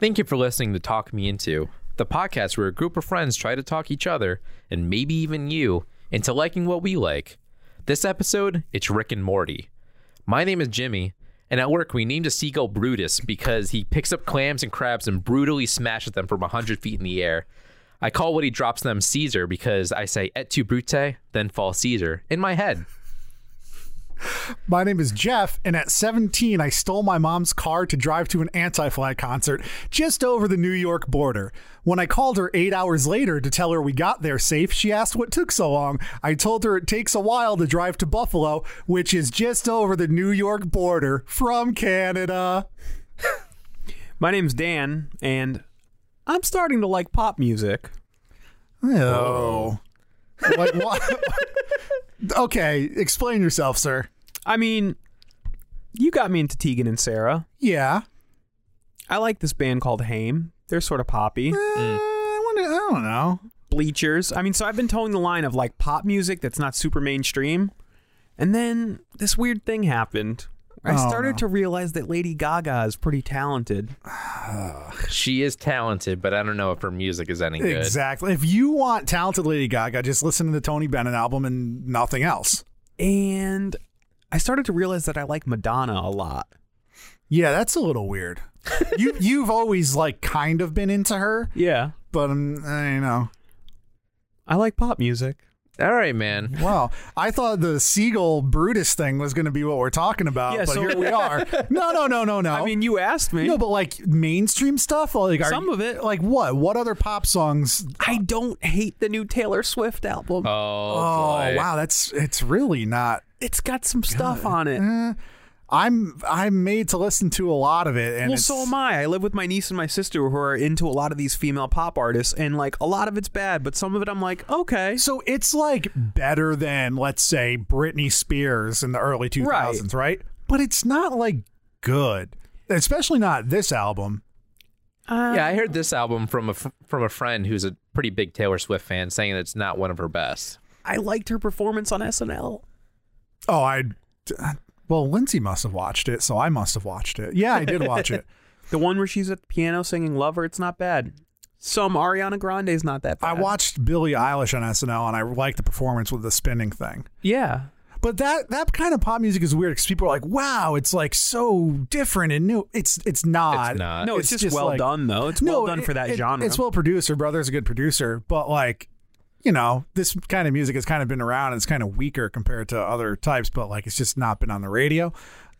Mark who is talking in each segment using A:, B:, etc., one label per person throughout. A: Thank you for listening to Talk Me Into, the podcast where a group of friends try to talk each other, and maybe even you, into liking what we like. This episode, it's Rick and Morty. My name is Jimmy, and at work we named a seagull Brutus because he picks up clams and crabs and brutally smashes them from 100 feet in the air. I call what he drops them Caesar because I say et tu brute, then fall Caesar in my head.
B: My name is Jeff, and at 17, I stole my mom's car to drive to an anti flag concert just over the New York border. When I called her eight hours later to tell her we got there safe, she asked what took so long. I told her it takes a while to drive to Buffalo, which is just over the New York border from Canada.
C: My name's Dan, and I'm starting to like pop music.
B: Oh. like, what? okay, explain yourself, sir.
C: I mean, you got me into Tegan and Sarah.
B: Yeah.
C: I like this band called Haim. They're sort of poppy.
B: Uh, I, wonder, I don't know.
C: Bleachers. I mean, so I've been towing the line of like pop music that's not super mainstream. And then this weird thing happened. I
B: Oh,
C: started
B: no.
C: to realize that Lady Gaga is pretty talented.
A: She is talented, but I don't know if her music is any good.
B: Exactly. If you want talented Lady Gaga, just listen to the Tony Bennett album and nothing else.
C: And I started to realize that I like Madonna a lot.
B: Yeah, that's a little weird. you you've always like kind of been into her,
C: Yeah.
B: but um, I don't know.
C: I like pop music.
A: All right, man.
B: Wow, I thought the seagull Brutus thing was going to be what we're talking about,
C: Yeah,
B: but
C: so-
B: here we are. No, no, no, no, no.
C: I mean, you asked me.
B: no, but like mainstream stuff, like are-
C: Some of it.
B: like what? What other pop songs?
C: I don't hate the new Taylor Swift album.
A: Oh,
B: Oh,
A: boy.
B: wow, that's it's really not
C: it's got some stuff on it.
B: I'm I'm made to listen to a lot of it, and
C: well,
B: it's,
C: so am I. I live with my niece and my sister who are into a lot of these female pop artists, and like a lot of it's bad, but some of it I'm like, okay.
B: So it's like better than let's say Britney Spears in the early 2000s, right? But it's not like good, especially not this album.
A: Yeah, I heard this album from a fr- from a friend who's a pretty big Taylor Swift fan, saying that it's not one of her best.
C: I liked her performance on SNL.
B: Oh, I well, Lindsay must have watched it, so I must have watched it. Yeah, I did watch it.
C: The one where she's at the piano singing Lover, it's not bad. Some Ariana Grande's not that bad.
B: I watched Billie Eilish on SNL, and I liked the performance with the spinning thing.
C: Yeah.
B: But that that kind of pop music is weird because people are like, "Wow, it's like so different and new." It's it's not.
A: It's not.
C: No, Uh, it's, just, well
B: like-
C: done, though. It's well done
B: it-
C: for that
B: it-
C: genre.
B: It's well produced. Her brother's a good producer, but like, you know, this kind of music has kind of been around. And it's kind of weaker compared to other types, but like, it's just not been on the radio.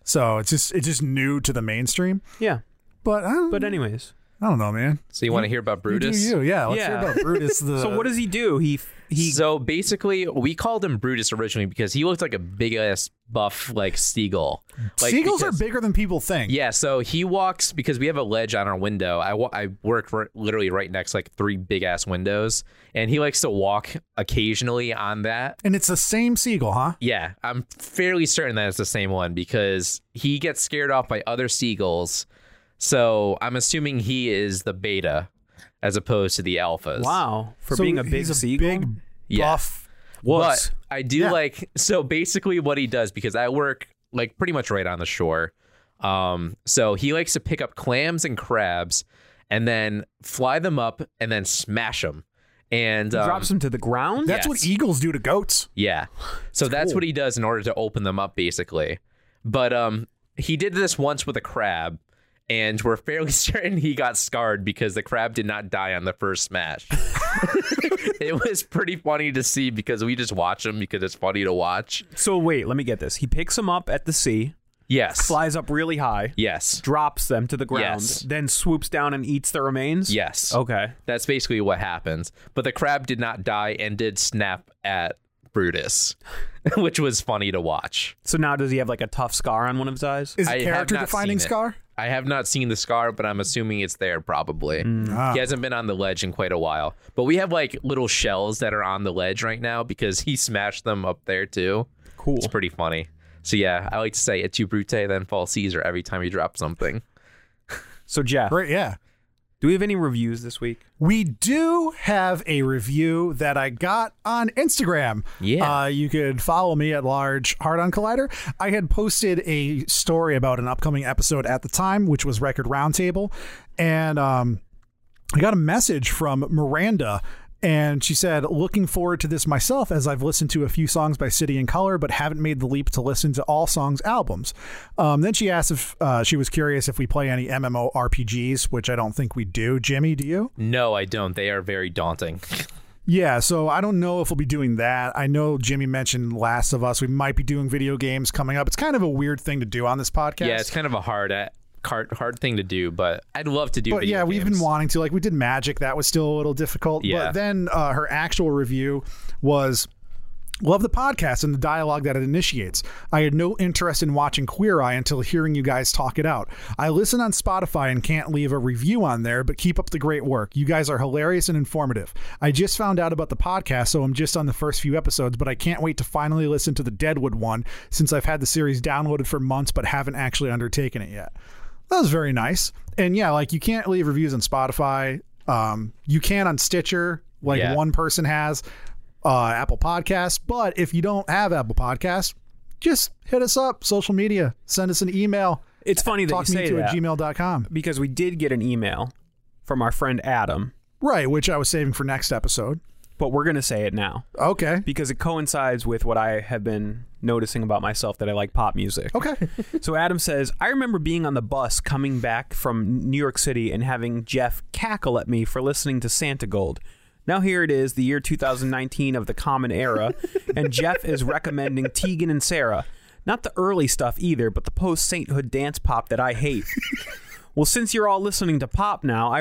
B: So it's just it's just new to the mainstream.
C: yeah.
B: But I don't,
C: But, anyways.
B: I don't know, man.
A: So you want to hear about
B: You do
A: Brutus?
B: you, yeah. Let's
C: Yeah.
B: hear about Brutus. The
C: so, what does he do? He, he
A: So basically, we called him Brutus originally because he looked like a big ass buff like seagull. Like,
B: seagulls
A: because-
B: are bigger than people think.
A: Yeah, so he walks because we have a ledge on our window. I wa- I work r- literally right next to, like three big ass windows, and he likes to walk occasionally on that.
B: and it's the same seagull, huh?
A: Yeah, I'm fairly certain that it's the same one because he gets scared off by other seagulls. So I'm assuming he is the beta as opposed to the alphas.
C: Wow. For
B: So
C: being a big
B: he's a
C: seagull.
B: big
A: Yeah.
B: buff.
A: But
C: Whoops.
A: I do
B: Yeah.
A: like so basically what he does because I work like pretty much right on the shore. Um, so he likes to pick up clams and crabs and then fly them up and then smash them. And um,
C: drops him to the ground.
B: That's what
A: Yes.
B: eagles do to goats.
A: Yeah. So that's what he does in order to open them up basically. But um he did this once with a crab and we're fairly certain he got scarred because the crab did not die on the first smash. it was pretty funny to see because we just watch him because it's funny to watch.
C: So wait, let me get this. He picks them up at the sea,
A: Yes.
C: flies up really high,
A: Yes.
C: drops them to the ground,
A: Yes.
C: then swoops down and eats the remains.
A: Yes.
C: Okay.
A: That's basically what happens. But the crab did not die and did snap at Brutus, which was funny to watch.
C: So now does he have like a tough scar on one of his eyes?
B: Is
A: I
B: it
A: have
B: character
A: not
B: defining
A: seen it.
B: scar?
A: I have not seen the scar, but I'm assuming it's there probably.
B: Ah.
A: He hasn't been on the ledge in quite a while. But we have like little shells that are on the ledge right now because he smashed them up there too.
C: Cool.
A: It's pretty funny. So yeah, I like to say et tu brute, then fall Caesar every time you drop something.
C: So Jeff,
B: Right, yeah.
C: do we have any reviews this week?
B: We do have a review that I got on Instagram.
A: Yeah.
B: Uh, you could follow me at large hard on Collider. I had posted a story about an upcoming episode at the time, which was Record Roundtable. And um, I got a message from Miranda. And she said, looking forward to this myself as I've listened to a few songs by City and Color, but haven't made the leap to listen to all songs' albums. Um, then she asked if uh, she was curious if we play any MMORPGs, which I don't think we do. Jimmy, do you?
A: No, I don't. They are very daunting.
B: Yeah, so I don't know if we'll be doing that. I know Jimmy mentioned Last of Us. We might be doing video games coming up. It's kind of a weird thing to do on this podcast.
A: Yeah, it's kind of a hard uh, cart hard thing to do, but I'd love to do.
B: but
A: video
B: yeah, we've been
A: games.
B: wanting to. Like we did Magic, that was still a little difficult.
A: Yeah.
B: But then uh, her actual review was Love the podcast and the dialogue that it initiates. I had no interest in watching Queer Eye until hearing you guys talk it out. I listen on Spotify and can't leave a review on there, but keep up the great work. You guys are hilarious and informative. I just found out about the podcast, so I'm just on the first few episodes, but I can't wait to finally listen to the Deadwood one since I've had the series downloaded for months but haven't actually undertaken it yet. That was very nice. And yeah, like you can't leave reviews on Spotify. Um, you can on Stitcher, like
A: Yeah.
B: one person has uh, Apple Podcasts. But if you don't have Apple Podcasts, just hit us up, social media, send us an email,
C: It's funny that you
B: talk me
C: say
B: to
C: that
B: at gmail.com.
C: because we did get an email from our friend Adam,
B: Right, which I was saving for next episode.
C: but we're gonna say it now
B: Okay.
C: because it coincides with what I have been noticing about myself that I like pop music.
B: Okay.
C: So Adam says, I remember being on the bus coming back from New York City and having Jeff cackle at me for listening to Santa Gold. Now here it is, the year 2019 of the common era, and Jeff is recommending Tegan and Sarah. Not the early stuff either, but the post sainthood dance pop that I hate. Well, since you're all listening to pop now, I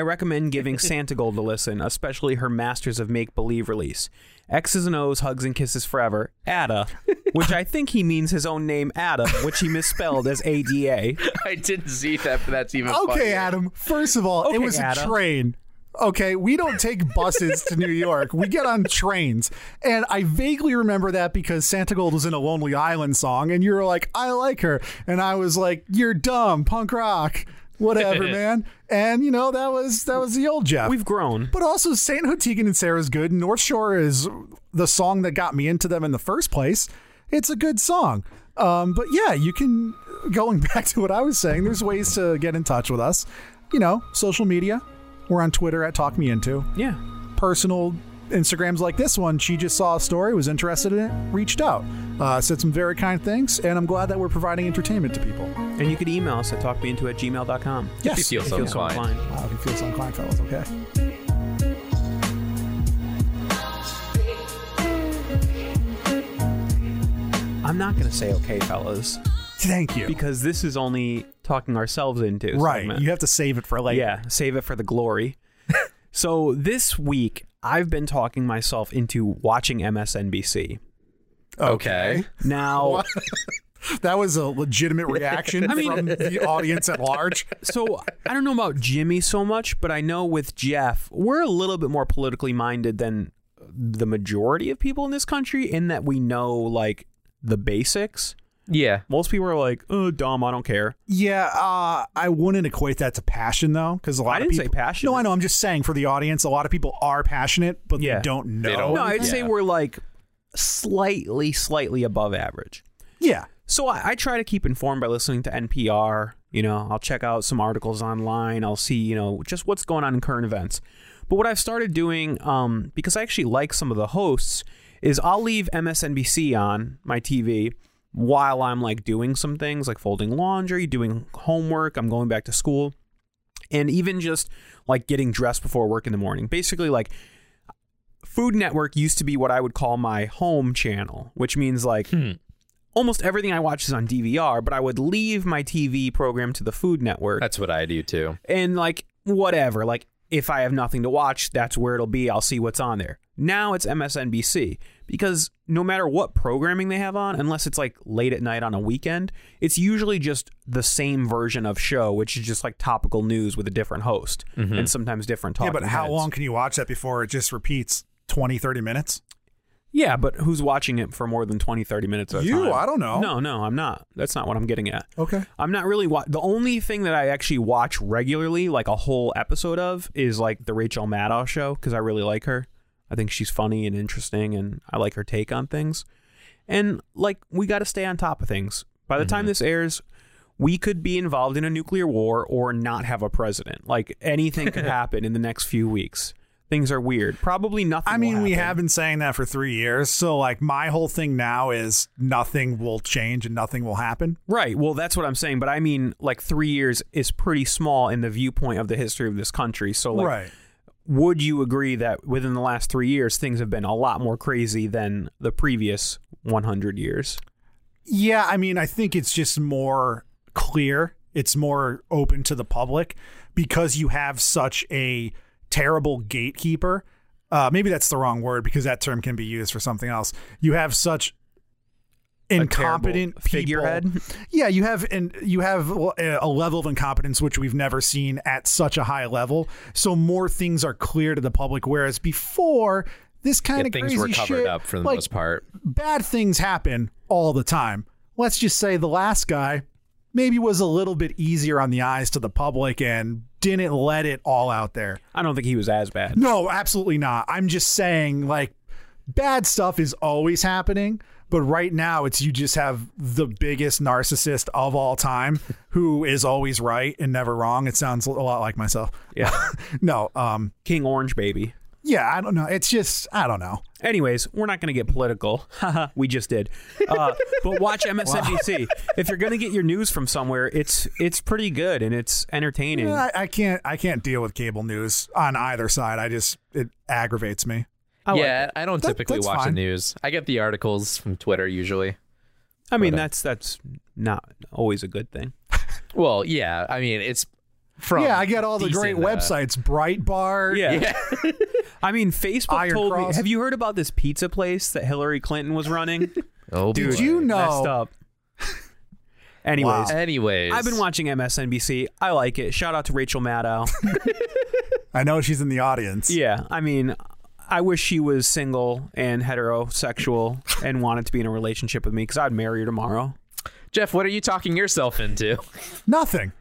C: recommend giving Santa Gold a listen, especially her Masters of Make Believe release. X's and O's, hugs and kisses forever, Ada, which I think he means his own name, Adam, which he misspelled as ADA.
A: I didn't see that, but that's even
B: okay,
A: funnier.
B: Adam. First of all, it
C: Okay,
B: was
C: Adam.
B: a train. Okay, we don't take buses to New York. We get on trains. And I vaguely remember that because Santa Gold was in a Lonely Island song, and you were like, I like her. And I was like, You're dumb, punk rock. Whatever, man. And you know, that was that was the old Jeff.
C: We've grown.
B: But also, Saint Hotigan and Sarah's good. North Shore is the song that got me into them in the first place. It's a good song. Um, but yeah, you can, going back to what I was saying, there's ways to get in touch with us. You know, social media. We're on Twitter at Talk Me Into.
C: Yeah.
B: Personal Instagrams like this one. She just saw a story, was interested in it, reached out, uh, said some very kind things, and I'm glad that we're providing entertainment to people.
C: And you could email us at talkmeinto at gmail.com.
B: Yes. Uh,
A: If you feel
B: If
A: so
C: Feel so
A: inclined.
C: inclined.
B: Wow, he feels inclined, fellas. Okay.
C: I'm not going to say okay, fellas,
B: Thank you.
C: because this is only talking ourselves into.
B: Right.
C: segment.
B: You have to save it for later.
C: Yeah, save it for the glory. so this week, I've been talking myself into watching MSNBC.
A: okay.
C: Now,
B: That was a legitimate reaction
C: I mean-
B: from the audience at large.
C: so I don't know about Jimmy so much, but I know with Jeff, we're a little bit more politically minded than the majority of people in this country in that we know like the basics.
A: Yeah.
C: Most people are like, "Oh, dumb, I don't care."
B: Yeah, uh, I wouldn't equate that to passion though, because a lot
C: I
B: of
C: didn't say
B: people.
C: passionate.
B: No, I know. I'm just saying for the audience, a lot of people are passionate, but
C: Yeah.
B: they don't know.
A: They don't-
C: No, I'd say
A: Yeah.
C: we're like slightly slightly above average.
B: yeah,
C: So I, I try to keep informed by listening to NPR. You know, I'll check out some articles online. I'll see, you know, just what's going on in current events. But what I've started doing, um, because I actually like some of the hosts, is I'll leave MSNBC on my TV while I'm like doing some things like folding laundry, doing homework, I'm going back to school, and even just like getting dressed before work in the morning. Basically, like Food Network used to be what I would call my home channel, which means like almost everything I watch is on DVR, but I would leave my TV program to the Food Network
A: That's what I do too.
C: and like whatever. Like if I have nothing to watch, that's where it'll be. I'll see what's on there. Now it's MSNBC because no matter what programming they have on, unless it's like late at night on a weekend, it's usually just the same version of show, which is just like topical news with a different host and sometimes different
B: yeah,
C: talking
B: but how
C: heads.
B: long can you watch that before it just repeats 20, 30 minutes?
C: Yeah, but who's watching it for more than 20, 30 minutes at a
B: You,
C: time?
B: I don't know.
C: No, no, I'm not. That's not what I'm getting at.
B: Okay.
C: I'm not really wa- the only thing that I actually watch regularly, like a whole episode of, is like the Rachel Maddow show because I really like her. I think she's funny and interesting, and I like her take on things. And like we got to stay on top of things. By the
B: Mm-hmm.
C: time this airs, we could be involved in a nuclear war or not have a president. Like anything could happen in the next few weeks. Things are weird. Probably nothing.
B: I
C: will
B: mean, we
C: happen.
B: have been saying that for three years. So, like, my whole thing now is nothing will change and nothing will happen.
C: Right. Well, that's what I'm saying. But I mean, like three years is pretty small in the viewpoint of the history of this country. So, like,
B: right.
C: would you agree that within the last three years, things have been a lot more crazy than the previous 100 years?
B: Yeah, I mean, I think it's just more clear. It's more open to the public because you have such a terrible gatekeeper. Uh, maybe that's the wrong word because that term can be used for something else. You have such
C: terrible
B: incompetent people-
C: figurehead?
B: Yeah, you have and you have a a level of incompetence which we've never seen at such a high level. So more things are clear to the public, whereas before this kind
A: Yeah,
B: of
A: things
B: crazy
A: were covered
B: shit,
A: up for the
B: like,
A: most part.
B: bad things happen all the time. Let's just say the last guy maybe was a little bit easier on the eyes to the public and didn't let it all out there.
C: I don't think he was as bad.
B: No, absolutely not. I'm just saying, like, bad stuff is always happening. But right now, it's you just have the biggest narcissist of all time who is always right and never wrong. It sounds a lot like myself.
C: Yeah.
B: No, um,
C: King Orange Baby.
B: yeah, I don't know. It's just, I don't know.
C: Anyways, we're not going to get political. Haha, we just did. Uh, but watch MSNBC. If you're going to get your news from somewhere, it's it's pretty good and it's entertaining.
B: I, I can't, I can't deal with cable news on either side. I just, it aggravates me.
C: like
A: yeah, I don't
B: That-
A: typically
B: that's
A: watch
B: fine.
A: the news. I get the articles from Twitter usually.
C: I mean,
A: But, uh,
C: that's that's not always a good thing.
A: Well, yeah, I mean it's from
B: yeah, I get all the great
A: decent, uh,
B: websites, Breitbart.
C: Yeah.
A: Yeah.
C: I mean, Facebook
B: Iron
C: told
B: Cross.
C: me. Have you heard about this pizza place that Hillary Clinton was running?
A: oh,
B: Did
A: boy.
B: you
C: Messed
B: know?
C: up. Anyways,
B: Wow.
A: Anyways,
C: I've been watching MSNBC. I like it. Shout out to Rachel Maddow.
B: I know she's in the audience.
C: yeah, I mean, I wish she was single and heterosexual and wanted to be in a relationship with me because I'd marry her tomorrow.
A: Jeff, what are you talking yourself into?
B: Nothing.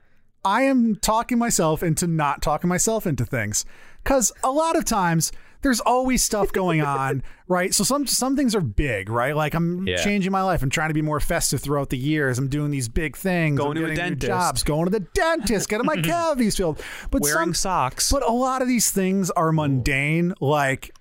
B: I am talking myself into not talking myself into things. Cause a lot of times there's always stuff going on, right? So some some things are big, right? Like I'm
A: Yeah.
B: changing my life. I'm trying to be more festive throughout the years. I'm doing these big things.
C: Going
B: I'm
C: to a
B: getting new
C: dentist.
B: Jobs. Going to the dentist. Getting my cavities filled. But
C: Wearing
B: some,
C: socks.
B: But a lot of these things are mundane. Like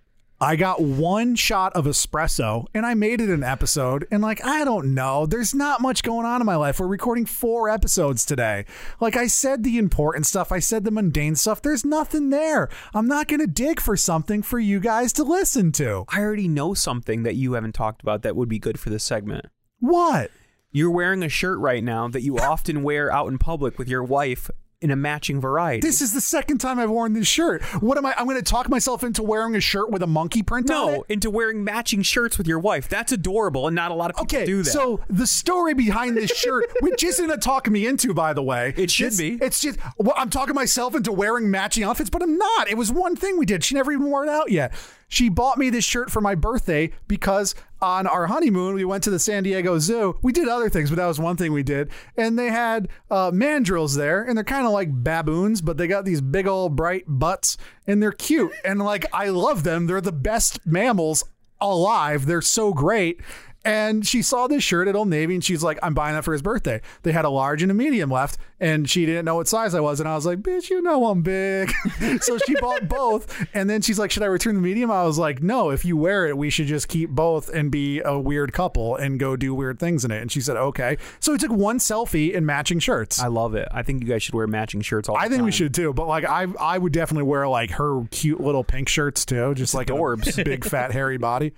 B: I got one shot of espresso and I made it an episode. And like I don't know, there's not much going on in my life. We're recording four episodes today. Like I said, the important stuff. I said the mundane stuff. There's nothing there. I'm not gonna dig for something for you guys to listen to.
C: I already know something that you haven't talked about that would be good for this segment.
B: What?
C: You're wearing a shirt right now that you often wear out in public with your wife in a matching variety.
B: This is the second time I've worn this shirt. What am I? I'm gonna talk myself into wearing a shirt with a monkey print on it.
C: No, into wearing matching shirts with your wife. That's adorable, and not a lot of people
B: Okay,
C: do that.
B: so the story behind this shirt, which isn't a talk me into, by the way,
C: It should
B: it's-
C: be.
B: It's just well, I'm talking myself into wearing matching outfits, but I'm not. It was one thing we did. She never even wore it out yet. She bought me this shirt for my birthday because on our honeymoon we went to the San Diego Zoo. We did other things, but that was one thing we did. And they had uh, mandrills there, and they're kind of like baboons, but they got these big old bright butts, and they're cute. And like I love them. They're the best mammals alive. They're so great. And she saw this shirt at Old Navy and she's like, I'm buying that for his birthday. They had a large and a medium left, and she didn't know what size I was. And I was like, Bitch, you know I'm big. so she bought both. And then she's like, Should I return the medium? I was like, No, if you wear it, we should just keep both and be a weird couple and go do weird things in it. And she said, Okay. So we took one selfie in matching shirts.
C: I
B: I,
C: love it. I think you guys should wear matching shirts all the
B: think we
C: time.
B: should too. But like, I I would definitely wear like her cute little pink shirts too, just like
C: adorbs.
B: a big fat hairy body.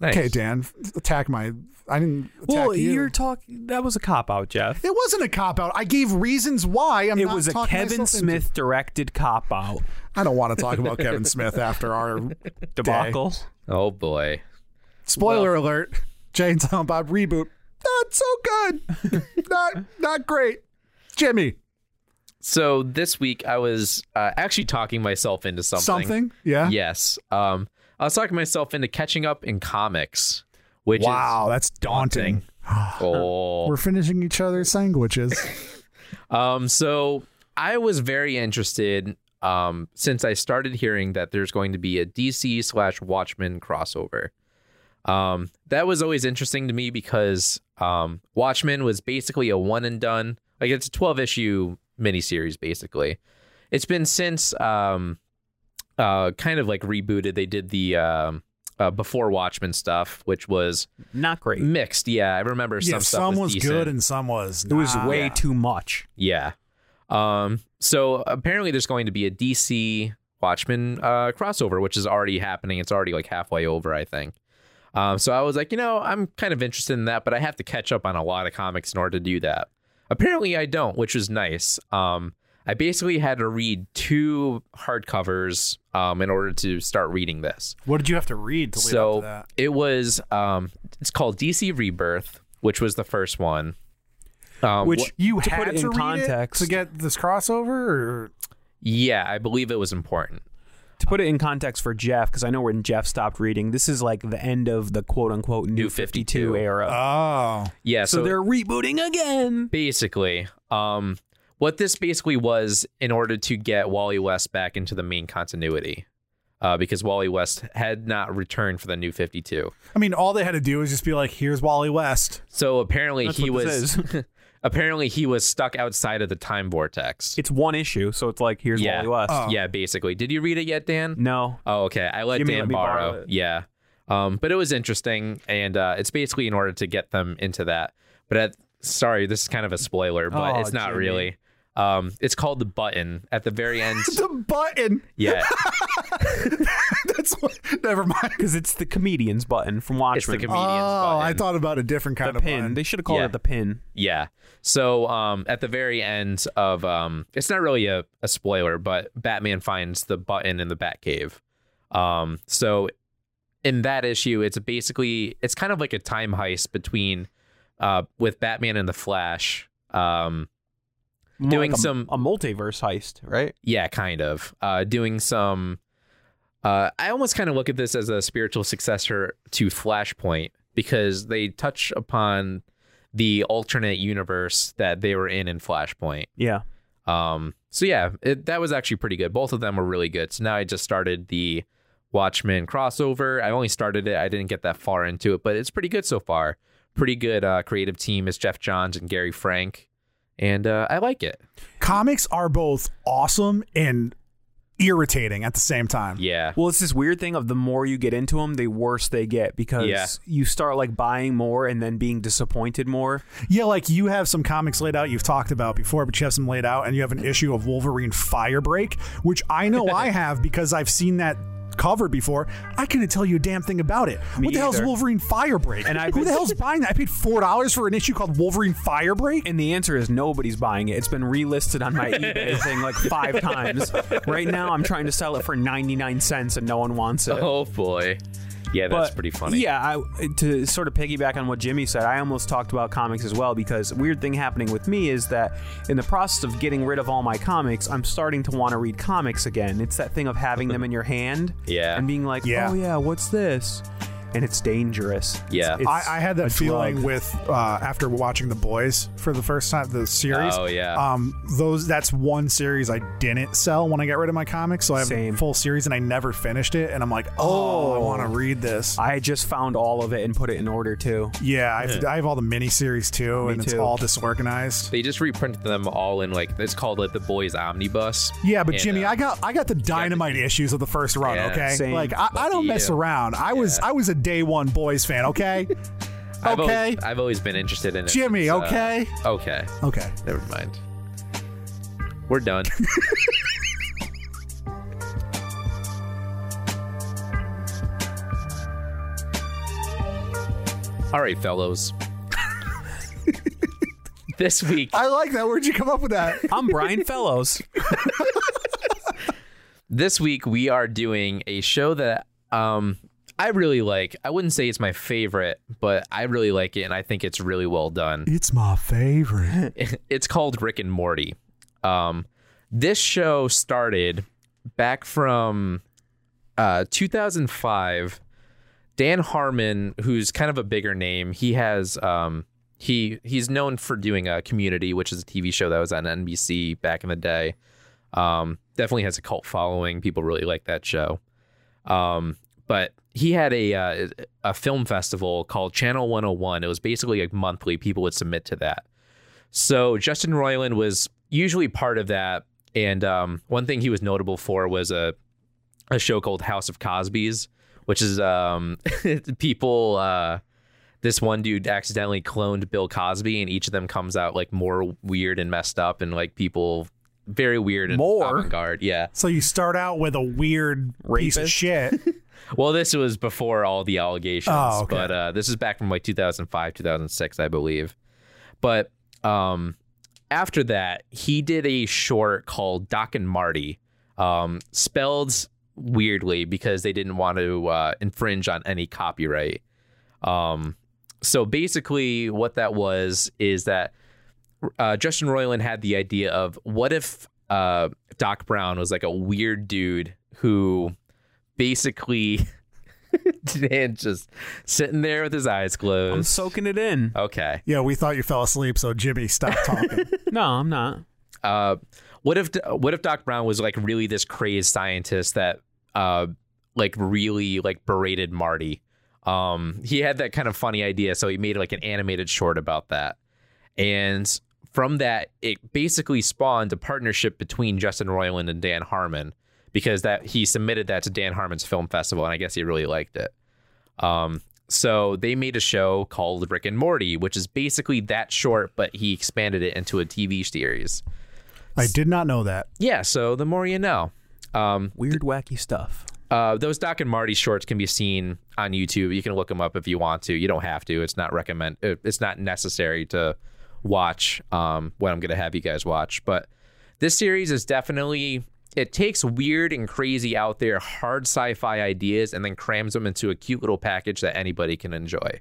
A: Nice.
B: Okay, Dan, f- attack my. I didn't attack
C: Well,
B: you.
C: are talking. That was a cop out, Jeff.
B: it wasn't a cop out. I gave reasons why I'm
C: It
B: not
C: was a
B: talking
C: Kevin
B: myself into-
C: Smith directed cop out.
B: I don't want to talk about Kevin Smith after our
C: debacle.
A: Oh boy.
B: spoiler alert. Jane Silent Bob reboot. Not so good. not not great. Jimmy,
A: So this week I was uh, actually talking myself into something.
B: something? Yeah.
A: Yes. Um, I was talking myself into catching up in comics, which
B: Wow, that's daunting.
A: is oh.
B: We're finishing each other's sandwiches.
A: Um, so I was very interested um, since I started hearing that there's going to be a DC slash Watchmen crossover. Um, that was always interesting to me because um, Watchmen was basically a one and done. Like it's a 12 issue miniseries, basically. It's been since um, uh, kind of like rebooted. They did the um, uh, before Watchmen stuff, which was
C: Not great.
A: mixed. Yeah, I remember some
B: yeah,
A: stuff
B: some
A: was
B: was,
A: decent.
B: good and some was.
C: It was
B: not.
C: way too much.
A: Yeah. Um, so apparently there's going to be a DC Watchmen uh, crossover, which is already happening. It's already like halfway over, I think. Um, so I was like, you know, I'm kind of interested in that, but I have to catch up on a lot of comics in order to do that. Apparently I don't, which was nice. Um, I basically had to read two hardcovers um, in order to start reading this
B: What did you have to read to lead up
A: so
B: to that?
A: it was um it's called dc rebirth which was the first one um,
C: Which
A: wh-
B: You
C: Uh, to
B: had
C: put it
B: to
C: in
B: read
C: context,
B: it to get this crossover. Or...
A: yeah i believe it was important
C: to put it in context for Jeff, because I know when Jeff stopped reading, this is like the end of the quote unquote new
A: New 52
C: 52 era.
B: Oh,
A: yeah
C: so,
A: so,
C: they're rebooting again.
A: basically um what this basically was in order to get wally west back into the main continuity uh, because wally west had not returned for the new 52
B: I mean, all they had to do was just be like, "Here's Wally West."
A: so apparently
C: That's
A: he
C: what
A: was
C: this
A: apparently he was stuck outside of the time vortex
C: It's one issue, so it's like here's
A: yeah
C: Wally West.
A: yeah basically did you read it yet dan
C: No,
A: Oh, okay. I let
C: You mean
A: Dan
C: let me
A: borrow.
C: borrow it.
A: Yeah. Um, but it was interesting, and uh, it's basically in order to get them into that. But at, sorry, this is kind of a spoiler, but
C: Oh,
A: it's not
C: Jimmy.
A: really. Um, it's called the button at the very end.
B: The button.
A: yeah,
B: That's what. Never mind.
C: because it's the comedians button from
A: it's the
C: Watchmen.
A: comedian's
B: Oh,
A: button.
B: I thought about a different kind
C: the
B: of
C: pin.
B: button.
C: They should have called
A: Yeah.
C: it the pin.
A: Yeah. So um, at the very end of um, it's not really a, a spoiler, but Batman finds the button in the Batcave. Um, so in that issue, it's basically it's kind of like a time heist between uh, with Batman and the Flash. Um,
C: More
A: Doing
C: like a-
A: some-
C: a multiverse heist, right?
A: yeah, kind of uh, doing some. Uh, I almost kind of look at this as a spiritual successor to Flashpoint because they touch upon the alternate universe that they were in in Flashpoint.
C: Yeah.
A: Um, so yeah, it, that was actually pretty good. Both of them were really good. So now I just started the Watchmen crossover. I only started it. I didn't get that far into it, but it's pretty good so far. Pretty good uh, creative team is Jeff Johns and Gary Frank, and uh, I like it.
B: Comics are both awesome and irritating at the same time.
A: Yeah,
C: Well, it's this weird thing of the more you get into them, the worse they get because
A: Yeah.
C: you start like buying more and then being disappointed more.
B: Yeah, like you have some comics laid out you've talked about before, but you have some laid out, and you have an issue of Wolverine Firebreak, which I know I have because I've seen that covered before. I couldn't tell you a damn thing about it.
C: Me
B: what the hell's
C: either.
B: Wolverine Firebreak?
C: And I've
B: who the
C: been-
B: hell's buying that? I paid four dollars for an issue called Wolverine Firebreak.
C: And the answer is nobody's buying it. It's been relisted on my eBay thing like five times. Right now, I'm trying to sell it for 99 cents and no one wants it.
A: Oh boy. Yeah, that's pretty funny.
C: Yeah, I, to sort of piggyback on what Jimmy said, I almost talked about comics as well because a weird thing happening with me is that in the process of getting rid of all my comics, I'm starting to want to read comics again. It's that thing of having them in your hand
A: Yeah.
C: and being like,
B: Yeah.
C: oh yeah, what's this? And it's dangerous.
A: Yeah.
C: It's- it's
B: I, I had that
C: a
B: feeling
C: drug.
B: with uh, after watching The Boys for the first time, the series.
A: Oh, yeah.
B: Um, those that's one series I didn't sell when I got rid of my comics, so I have
C: Same.
B: a full series and I never finished it. And I'm like, oh, I want to read this.
C: I just found all of it and put it in order too.
B: Yeah, I've, I have all the miniseries too, and it's
C: too.
B: all disorganized.
A: They just reprinted them all in like it's called like the boys omnibus.
B: Yeah, but
A: And,
B: Jimmy,
A: uh,
B: I got I got the dynamite issues of the first run.
A: Yeah,
B: okay,
C: same.
B: like I, I don't
A: Lucky
B: mess
A: you.
B: around. I was I was a day one boys fan. Okay,
A: I've always-
B: okay.
A: I've always been interested in it.
B: Jimmy,
A: since, uh,
B: okay?
A: Okay.
B: okay.
A: Never mind. We're done. All right, fellows. this week
B: I like that. Where'd you come up with that?
C: I'm Brian Fellows.
A: this week we are doing a show that um I really like. I wouldn't say it's my favorite, but I really like it and I think it's really well done.
B: It's my favorite.
A: it's called Rick and Morty. Um, this show started back from uh, 2005. Dan Harmon, who's kind of a bigger name, he has um, he he's known for doing a Community, which is a TV show that was on NBC back in the day. Um, definitely has a cult following. People really like that show. Um, but he had a uh, a film festival called Channel 101. It was basically like monthly. People would submit to that. So Justin Roiland was usually part of that. And um, one thing he was notable for was a a show called House of Cosby's, which is um, people. Uh, this one dude accidentally cloned Bill Cosby, and each of them comes out like more weird and messed up, and like people very weird and
C: More?
A: avant-garde. Yeah.
B: so you start out with a weird piece of
C: Rapist?
B: shit.
A: Well, this was before all the allegations,
B: Oh, okay.
A: but uh, this is back from like 2005, 2006, I believe. But um, after that, he did a short called Doc and Marty, um, spelled weirdly because they didn't want to uh, infringe on any copyright. Um, so basically, what that was is that uh, Justin Roiland had the idea of what if uh, Doc Brown was like a weird dude who basically Dan just sitting there with his eyes
C: I'm
A: closed.
C: soaking it in.
A: okay.
B: yeah, we thought you fell asleep, so Jimmy, stop talking.
C: No, I'm not.
A: Uh, what if what if Doc Brown was like really this crazed scientist that uh, like really like berated Marty? Um, he had that kind of funny idea, so he made like an animated short about that. And from that, it basically spawned a partnership between Justin Roiland and Dan Harmon because that he submitted that to Dan Harmon's film festival, and I guess he really liked it. Um, so they made a show called Rick and Morty, which is basically that short, but he expanded it into a TV series.
B: I did not know that.
A: Yeah, so the more you know. Um,
C: Weird, wacky stuff.
A: uh, those Doc and Marty shorts can be seen on YouTube. You can look them up if you want to. You don't have to. It's not recommend. uh, It's not necessary to watch um, what I'm going to have you guys watch. But this series is definitely it takes weird and crazy out there hard sci-fi ideas and then crams them into a cute little package that anybody can enjoy.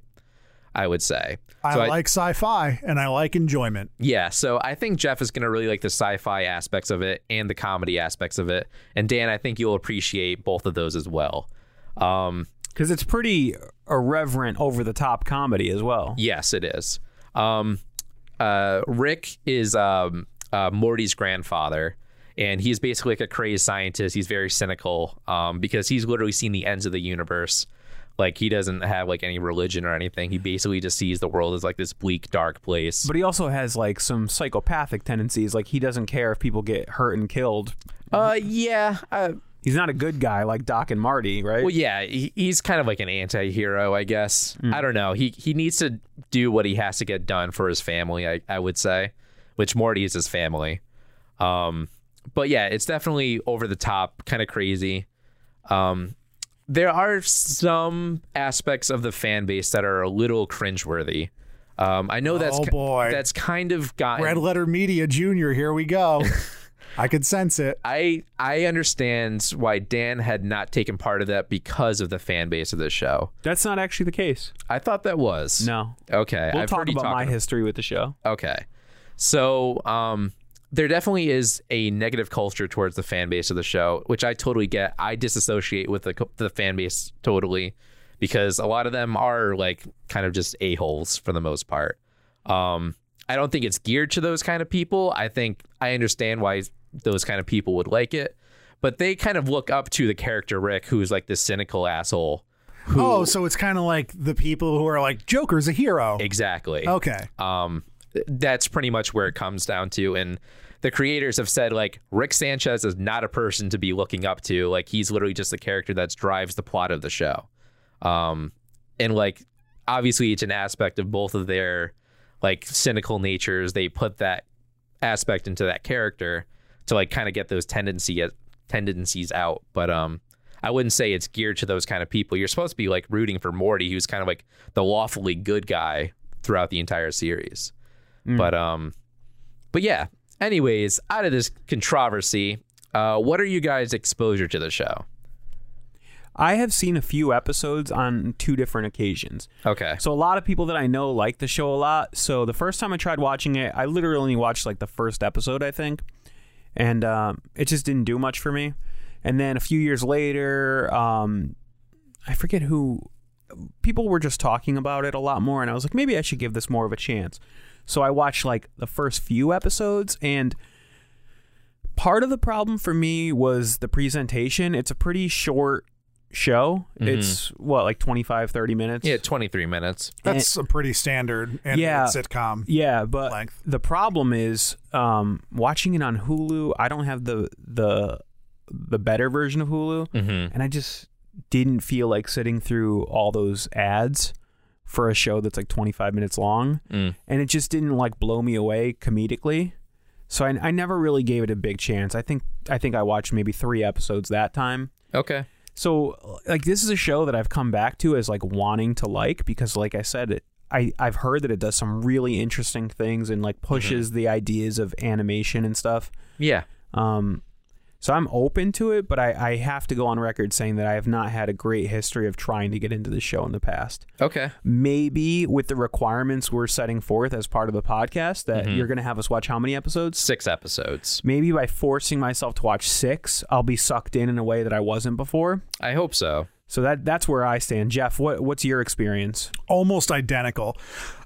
A: I would say.
B: I
A: So
B: like sci-fi and I like enjoyment.
A: yeah, so I think Jeff is going to really like the sci-fi aspects of it and the comedy aspects of it, and Dan, I think you'll appreciate both of those as well. Um,
C: Because it's pretty irreverent, over the top comedy as well.
A: yes, it is. Um, uh, Rick is um, uh, Morty's grandfather, and he's basically like a crazed scientist. He's very cynical um, because he's literally seen the ends of the universe. Like he doesn't have like any religion or anything. He basically just sees the world as like this bleak, dark place.
C: But he also has like some psychopathic tendencies. Like he doesn't care if people get hurt and killed.
A: uh, yeah, uh,
C: He's not a good guy like Doc and Marty, right?
A: Well, yeah, he, he's kind of like an anti-hero, I guess.
B: Mm.
A: I don't know. He he needs to do what he has to get done for his family. I I would say, which Morty is his family. Um, but yeah, it's definitely over the top, kind of crazy. Um, there are some aspects of the fan base that are a little cringeworthy. Um, I know that's
B: Oh,
A: ki-
B: boy.
A: that's kind of gotten
B: Red Letter Media Junior, here we go. I could sense it.
A: I I understand why Dan had not taken part of that because of the fan base of the show.
C: That's not actually the case.
A: I thought that was.
C: No.
A: Okay.
C: We'll
A: I've
C: talk
A: heard you
C: about my
A: talking-
C: history with the show.
A: Okay. So, um, there definitely is a negative culture towards the fan base of the show, which I totally get. I disassociate with the co- the fan base totally because a lot of them are like kind of just a-holes for the most part. Um, I don't think it's geared to those kind of people. I think I understand why those kind of people would like it, but they kind of look up to the character Rick, who's like this cynical asshole. Who,
B: Oh, so it's kind of like the people who are like Joker's a hero.
A: exactly.
B: Okay.
A: Um, th- that's pretty much where it comes down to. And the creators have said like Rick Sanchez is not a person to be looking up to. Like he's literally just a character that drives the plot of the show. Um, and like obviously it's an aspect of both of their like cynical natures. They put that aspect into that character to like kind of get those tendency tendencies out. But um, I wouldn't say it's geared to those kind of people. You're supposed to be like rooting for Morty, who's kind of like the lawfully good guy throughout the entire series.
B: Mm.
A: But um, but yeah. Anyways, out of this controversy, Uh, what are you guys' exposure to the show?
C: I have seen a few episodes on two different occasions.
A: Okay.
C: So a lot of people that I know like the show a lot. So the first time I tried watching it, I literally only watched like the first episode, I think, and um, it just didn't do much for me. And then a few years later, um, I forget who people were just talking about it a lot more, and I was like, maybe I should give this more of a chance. So I watched like the first few episodes, and part of the problem for me was the presentation. It's a pretty short show. It's what like 25 30 minutes.
A: Mm-hmm. yeah, 23 minutes.
B: That's a pretty standard and
C: Yeah.
B: sitcom.
C: Yeah, but
B: length.
C: the problem is um, watching it on Hulu. I don't have the the the better version of Hulu, and I just didn't feel like sitting through all those ads for a show that's like 25 minutes long, and it just didn't like blow me away comedically. So I, I never really gave it a big chance. I think I think I watched maybe three episodes that time.
A: Okay.
C: So like this is a show that I've come back to as like wanting to like because like I said it, I I've heard that it does some really interesting things and like pushes the ideas of animation and stuff.
A: Yeah.
C: Um so I'm open to it, but I, I have to go on record saying that I have not had a great history of trying to get into the show in the past.
A: Okay.
C: Maybe with the requirements we're setting forth as part of the podcast that you're going to have us watch how many episodes?
A: Six episodes.
C: Maybe by forcing myself to watch 6, I'll be sucked in in a way that I wasn't before.
A: I hope so.
C: So that that's where I stand, Jeff. What what's your experience?
B: almost identical.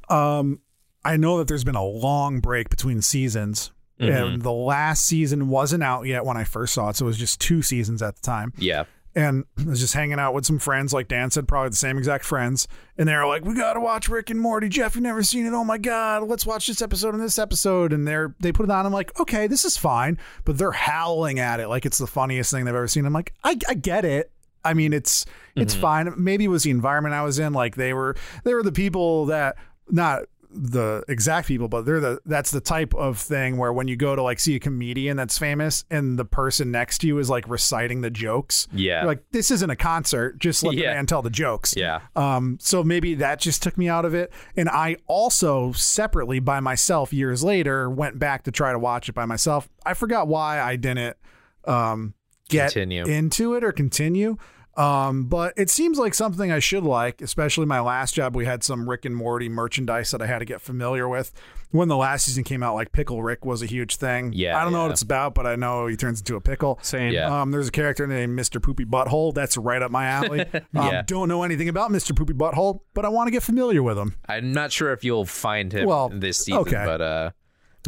B: Um, I know that there's been a long break between seasons, and the last season wasn't out yet when I first saw it, so it was just two seasons at the time.
A: Yeah.
B: And I was just hanging out with some friends, like Dan said, probably the same exact friends, and they were like, "We gotta watch Rick and Morty, Jeff. You've never seen it. Oh my god, let's watch this episode and this episode." And they're they put it on. I'm like, "Okay, this is fine," but they're howling at it like it's the funniest thing they've ever seen. I'm like, I, I get it. I mean, it's it's fine. Maybe it was the environment I was in. Like they were they were the people that not the exact people, but they're the that's the type of thing where when you go to like see a comedian that's famous and the person next to you is like reciting the jokes.
A: Yeah.
B: You're like this isn't a concert. Just let
A: Yeah.
B: the man tell the jokes.
A: Yeah.
B: Um, so maybe that just took me out of it. And I also separately by myself years later went back to try to watch it by myself. I forgot why I didn't um get
A: Continue.
B: into it or continue. Um, but it seems like something I should like, especially my last job. We had some Rick and Morty merchandise that I had to get familiar with. When the last season came out, like Pickle Rick was a huge thing.
A: Yeah,
B: I don't know
A: yeah.
B: what it's about, but I know he turns into a pickle.
C: Same.
A: Yeah.
B: Um, there's a character named Mr. Poopy Butthole. That's right up my alley. Um,
A: Yeah.
B: Don't know anything about Mr. Poopy Butthole, but I want to get familiar with him.
A: I'm not sure if you'll find him
B: Well,
A: this season,
B: okay.
A: but uh,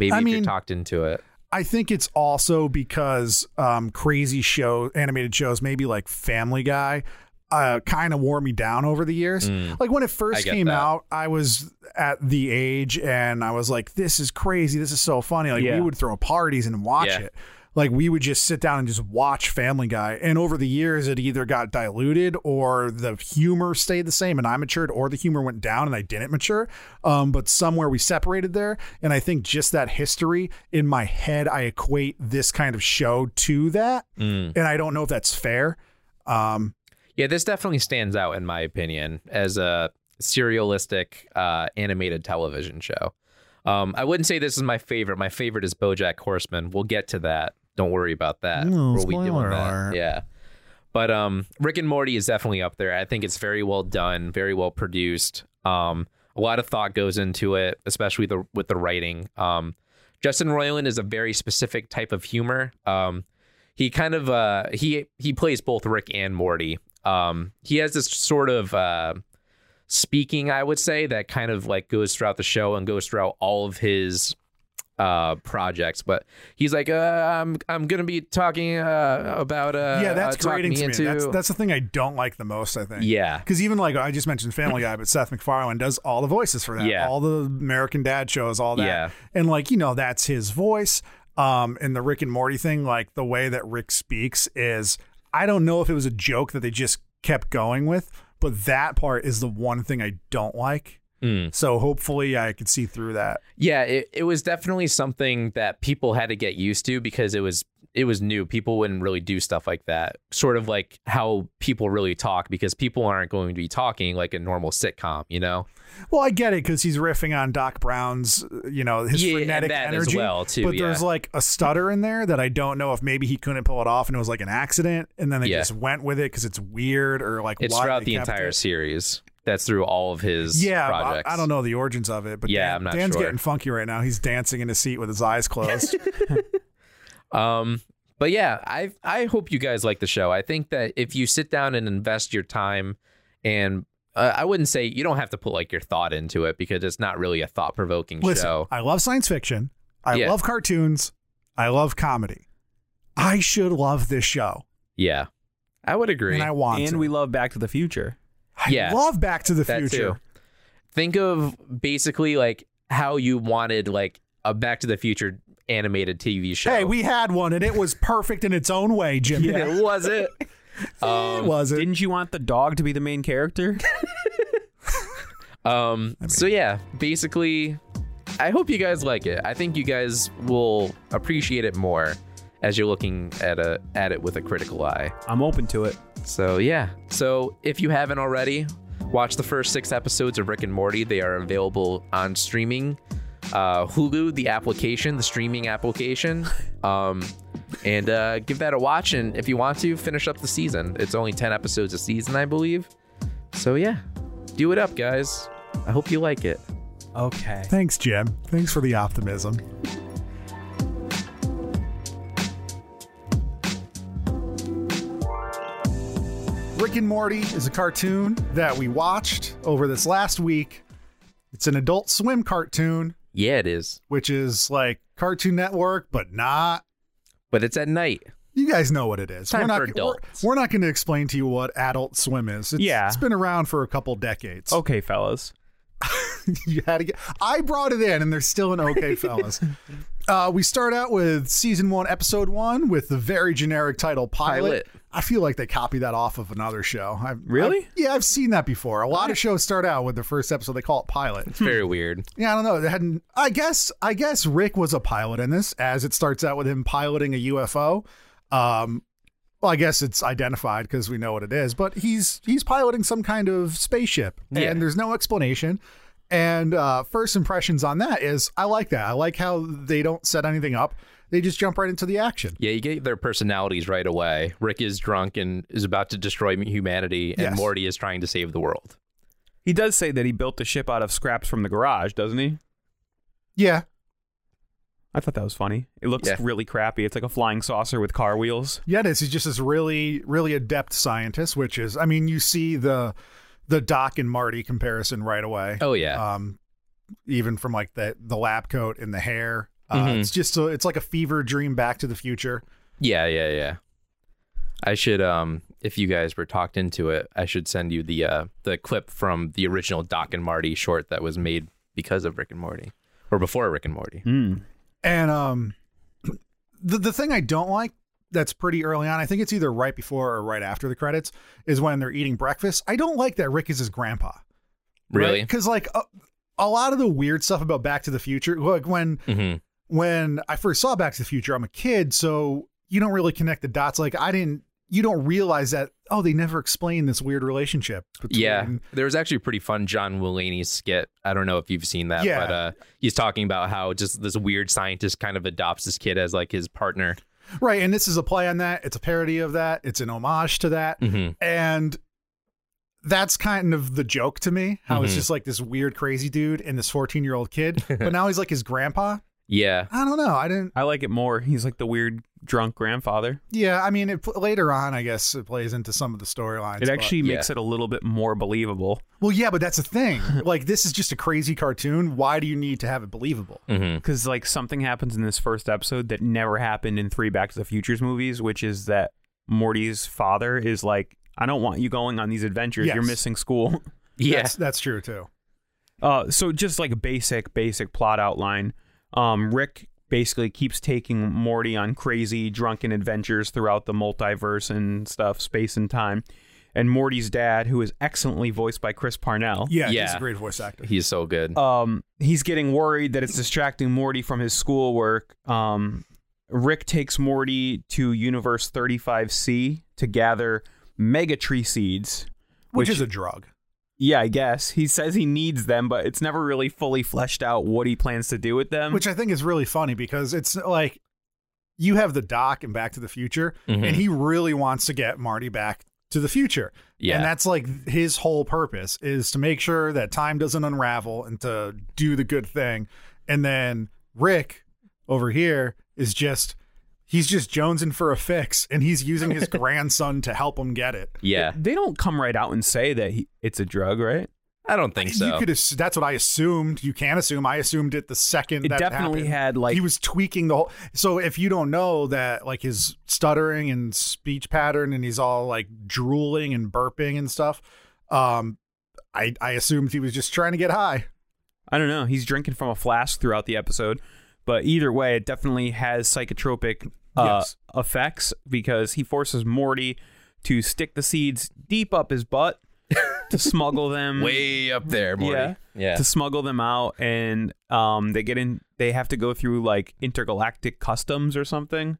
A: maybe
B: I
A: if you're
B: mean-
A: talked into it.
B: I think it's also because um, crazy show animated shows, maybe like Family Guy, uh, kind of wore me down over the years. Like when it
A: Mm. I
B: first
A: get
B: came
A: that.
B: out, I was at the age and I was like, "This is crazy. This is so funny." Like
C: Yeah.
B: we would throw parties and watch
A: Yeah.
B: it. Like we would just sit down and just watch Family Guy. And over the years, it either got diluted or the humor stayed the same and I matured, or the humor went down and I didn't mature. Um, but somewhere we separated there. And I think just that history in my head, I equate this kind of show to that.
A: Mm.
B: And I don't know if that's fair. Um,
A: Yeah, this definitely stands out in my opinion as a serialistic uh, animated television show. Um, I wouldn't say this is my favorite. My favorite is BoJack Horseman. We'll get to that. Don't worry about that.
B: Ooh,
A: We'll be doing
B: spoiler
A: that.
B: alert.
A: Yeah, but um, Rick and Morty is definitely up there. I think it's very well done, very well produced. Um, a lot of thought goes into it, especially the with the writing. Um, Justin Roiland is a very specific type of humor. Um, he kind of uh he he plays both Rick and Morty. Um he has this sort of uh speaking, I would say, that kind of like goes throughout the show and goes throughout all of his uh projects but he's like uh, i'm i'm gonna be talking uh about uh
B: yeah, that's
A: uh, Talk
B: grating
A: me
B: to me.
A: into
B: That's, that's the thing I don't like the most, I think.
A: yeah
B: Because even like I just mentioned Family Guy, but Seth MacFarlane does all the voices for that,
A: Yeah.
B: all the American Dad shows, all that,
A: Yeah.
B: and like you know that's his voice. Um, and the Rick and Morty thing, like the way that Rick speaks is, I don't know if it was a joke that they just kept going with, but that part is the one thing I don't like.
A: Mm.
B: So hopefully I could see through that.
A: Yeah, it, it was definitely something that people had to get used to because it was it was new. People wouldn't really do stuff like that. Sort of like how people really talk because people aren't going to be talking like a normal sitcom, you know?
B: Well, I get it because he's riffing on Doc Brown's, you know, his
A: Yeah, and
B: frenetic
A: that as
B: energy.
A: well, too,
B: but there's
A: yeah.
B: like a stutter in there that I don't know if maybe he couldn't pull it off and it was like an accident, and then they
A: Yeah.
B: just went with it because it's weird or like
A: It's
B: why
A: throughout
B: they
A: the
B: kept
A: entire
B: it.
A: series. That's through all of his
B: Yeah, I-
A: projects.
B: I, don't know the origins of it, but
A: Yeah,
B: Dan-
A: I'm not
B: Dan's
A: sure.
B: getting funky right now. He's dancing in his seat with his eyes closed.
A: Um, but yeah, I I hope you guys like the show. I think that if you sit down and invest your time, and uh, I wouldn't say you don't have to put like your thought into it because it's not really a thought provoking
B: Listen,
A: show.
B: I love science fiction. I
A: Yeah.
B: love cartoons. I love comedy. I should love this show,
A: Yeah, I would agree.
B: and I want.
C: and
B: to.
C: we love Back to the Future.
B: I
A: Yeah.
B: love Back to the
A: that
B: Future.
A: too. Think of basically like how you wanted like a Back to the Future animated TV show.
B: Hey, we had one, and it was perfect in its own way, Jimmy.
A: it was it.
B: It was it?
C: Didn't you want the dog to be the main character?
A: Um, so yeah, basically, I hope you guys like it. I think you guys will appreciate it more as you're looking at a at it with a critical eye.
C: I'm open to it.
A: So yeah. So if you haven't already, watch the first six episodes of Rick and Morty. They are available on streaming, uh, Hulu, the application, the streaming application. Um, and uh, give that a watch. And if you want to, finish up the season. It's only ten episodes a season, I believe. So yeah, do it up, guys. I hope you like it.
C: Okay.
B: Thanks, Jim. Thanks for the optimism. Rick and Morty is a cartoon that we watched over this last week. It's an adult swim cartoon,
A: Yeah, it is.
B: which is like Cartoon Network, but not.
A: But it's at night.
B: You guys know what it is.
A: Time
B: we're not,
A: for
B: we're-
A: adults.
B: We're, not going to explain to you what adult swim is. It's,
C: Yeah.
B: It's been around for a couple decades.
C: Okay, fellas.
B: you had to get. I brought it in, and they're still an okay fellas. Uh, we start out with season one, episode one, with the very generic title
A: Pilot.
B: "Pilot." I feel like they copy that off of another show. I've,
C: Really?
B: I've- yeah, I've seen that before. A lot of shows start out with the first episode. They call it "Pilot."
A: It's very weird.
B: Yeah, I don't know. They hadn't. I guess. I guess Rick was a pilot in this, as it starts out with him piloting a UFO. Um, well, I guess it's identified because we know what it is, but he's he's piloting some kind of spaceship,
A: Yeah.
B: and there's no explanation. And uh, first impressions on that is I like that. I like how they don't set anything up; they just jump right into the action.
A: Yeah, you get their personalities right away. Rick is drunk and is about to destroy humanity, and
B: Yes.
A: Morty is trying to save the world.
C: He does say that he built the ship out of scraps from the garage, doesn't he?
B: Yeah,
C: I thought that was funny. It looks
A: Yeah.
C: really crappy. It's like a flying saucer with car wheels.
B: Yeah, it is. He's just this really, really adept scientist, which is, I mean, you see the the Doc and Marty comparison right away.
A: Oh, yeah.
B: Um, even from like the the lab coat and the hair. Uh,
A: Mhm.
B: It's just a, it's like a fever dream back to the future.
A: Yeah, yeah, yeah. I should, um, if you guys were talked into it, I should send you the uh, the clip from the original Doc and Marty short that was made because of Rick and Morty, or before Rick and Morty.
C: Mm.
B: And um, the the thing I don't like that's pretty early on. I think it's either right before or right after the credits is when they're eating breakfast. I don't like that Rick is his grandpa.
A: Really?
B: Because like a, a lot of the weird stuff about Back to the Future, like when
A: hmm
B: when I first saw Back to the Future, I'm a kid, so you don't really connect the dots. Like I didn't, you don't realize that. Oh, they never explained this weird relationship. Between,
A: Yeah, there was actually a pretty fun John Mulaney skit. I don't know if you've seen that,
B: Yeah.
A: but uh, he's talking about how just this weird scientist kind of adopts this kid as like his partner.
B: right. And this is a play on that. It's a parody of that. It's an homage to that,
A: Mm-hmm.
B: and that's kind of the joke to me. How it's
A: Mhm.
B: just like this weird, crazy dude and this 14 year old kid, but now he's like his grandpa.
A: Yeah,
B: I don't know. I didn't.
C: I like it more. He's like the weird drunk grandfather.
B: Yeah, I mean, it, pl- later on, I guess it plays into some of the storylines.
C: It
B: but-
C: actually
A: yeah.
C: makes it a little bit more believable.
B: Well, yeah, but that's the thing. Like, this is just a crazy cartoon. Why do you need to have it believable?
A: Mm-hmm.
C: because like something happens in this first episode that never happened in three Back to the Futures movies, which is that Morty's father is like, I don't want you going on these adventures.
B: Yes.
C: You're missing school.
B: That's, that's true too.
C: Uh, so just like a basic, basic plot outline. Um, Rick basically keeps taking Morty on crazy, drunken adventures throughout the multiverse and stuff, space and time. And Morty's dad, who is excellently voiced by Chris Parnell.
B: Yeah, he's
A: Yeah.
B: a great voice actor.
A: he's so
B: Oh,
A: good.
C: um, he's getting worried that it's distracting Morty from his schoolwork. Um, Rick takes Morty to Universe 35C to gather mega tree seeds.
B: which is a drug.
C: Yeah, I guess. He says he needs them, but it's never really fully fleshed out what he plans to do with them.
B: which I think is really funny because it's like you have the doc and Back to the Future, and he really wants to get Marty back to the future.
A: Yeah.
B: And that's like his whole purpose is to make sure that time doesn't unravel and to do the good thing. And then Rick over here is just he's just jonesing for a fix and he's using his grandson to help him get it.
A: Yeah,
C: they don't come right out and say that he, it's a drug, right?
A: I don't think so.
B: You could ass- that's what I assumed. You can assume. I assumed it the second
C: It
B: that
C: definitely
B: happened.
C: had, like-
B: he was tweaking the whole. So if you don't know that like his stuttering and speech pattern, and he's all like drooling and burping and stuff, um, I I assumed he was just trying to get high.
C: I don't know. He's drinking from a flask throughout the episode, but either way, it definitely has psychotropic uh,
B: Yes.
C: effects because he forces Morty to stick the seeds deep up his butt to smuggle them
A: Way up there, Morty.
C: Yeah. to smuggle them out, and um, they get in. They have to go through like intergalactic customs or something,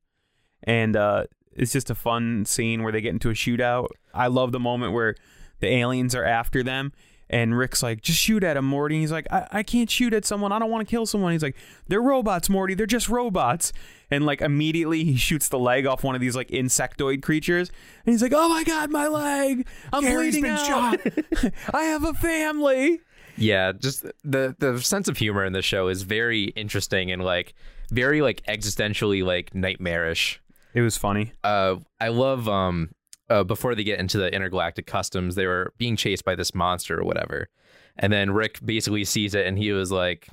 C: and uh, it's just a fun scene where they get into a shootout. I love the moment where the aliens are after them. And Rick's like, just shoot at him, Morty. And he's like, I, I can't shoot at someone. I don't want to kill someone. He's like, they're robots, Morty. They're just robots. And like immediately he shoots the leg off one of these like insectoid creatures. And he's like, oh my God, my leg. I'm
B: Gary's
C: bleeding
B: been
C: out. I have a family.
A: Yeah, just the the sense of humor in the show is very interesting and like very like existentially like nightmarish.
C: It was funny.
A: Uh, I love um uh, before they get into the intergalactic customs, they were being chased by this monster or whatever, and then Rick basically sees it and he was like.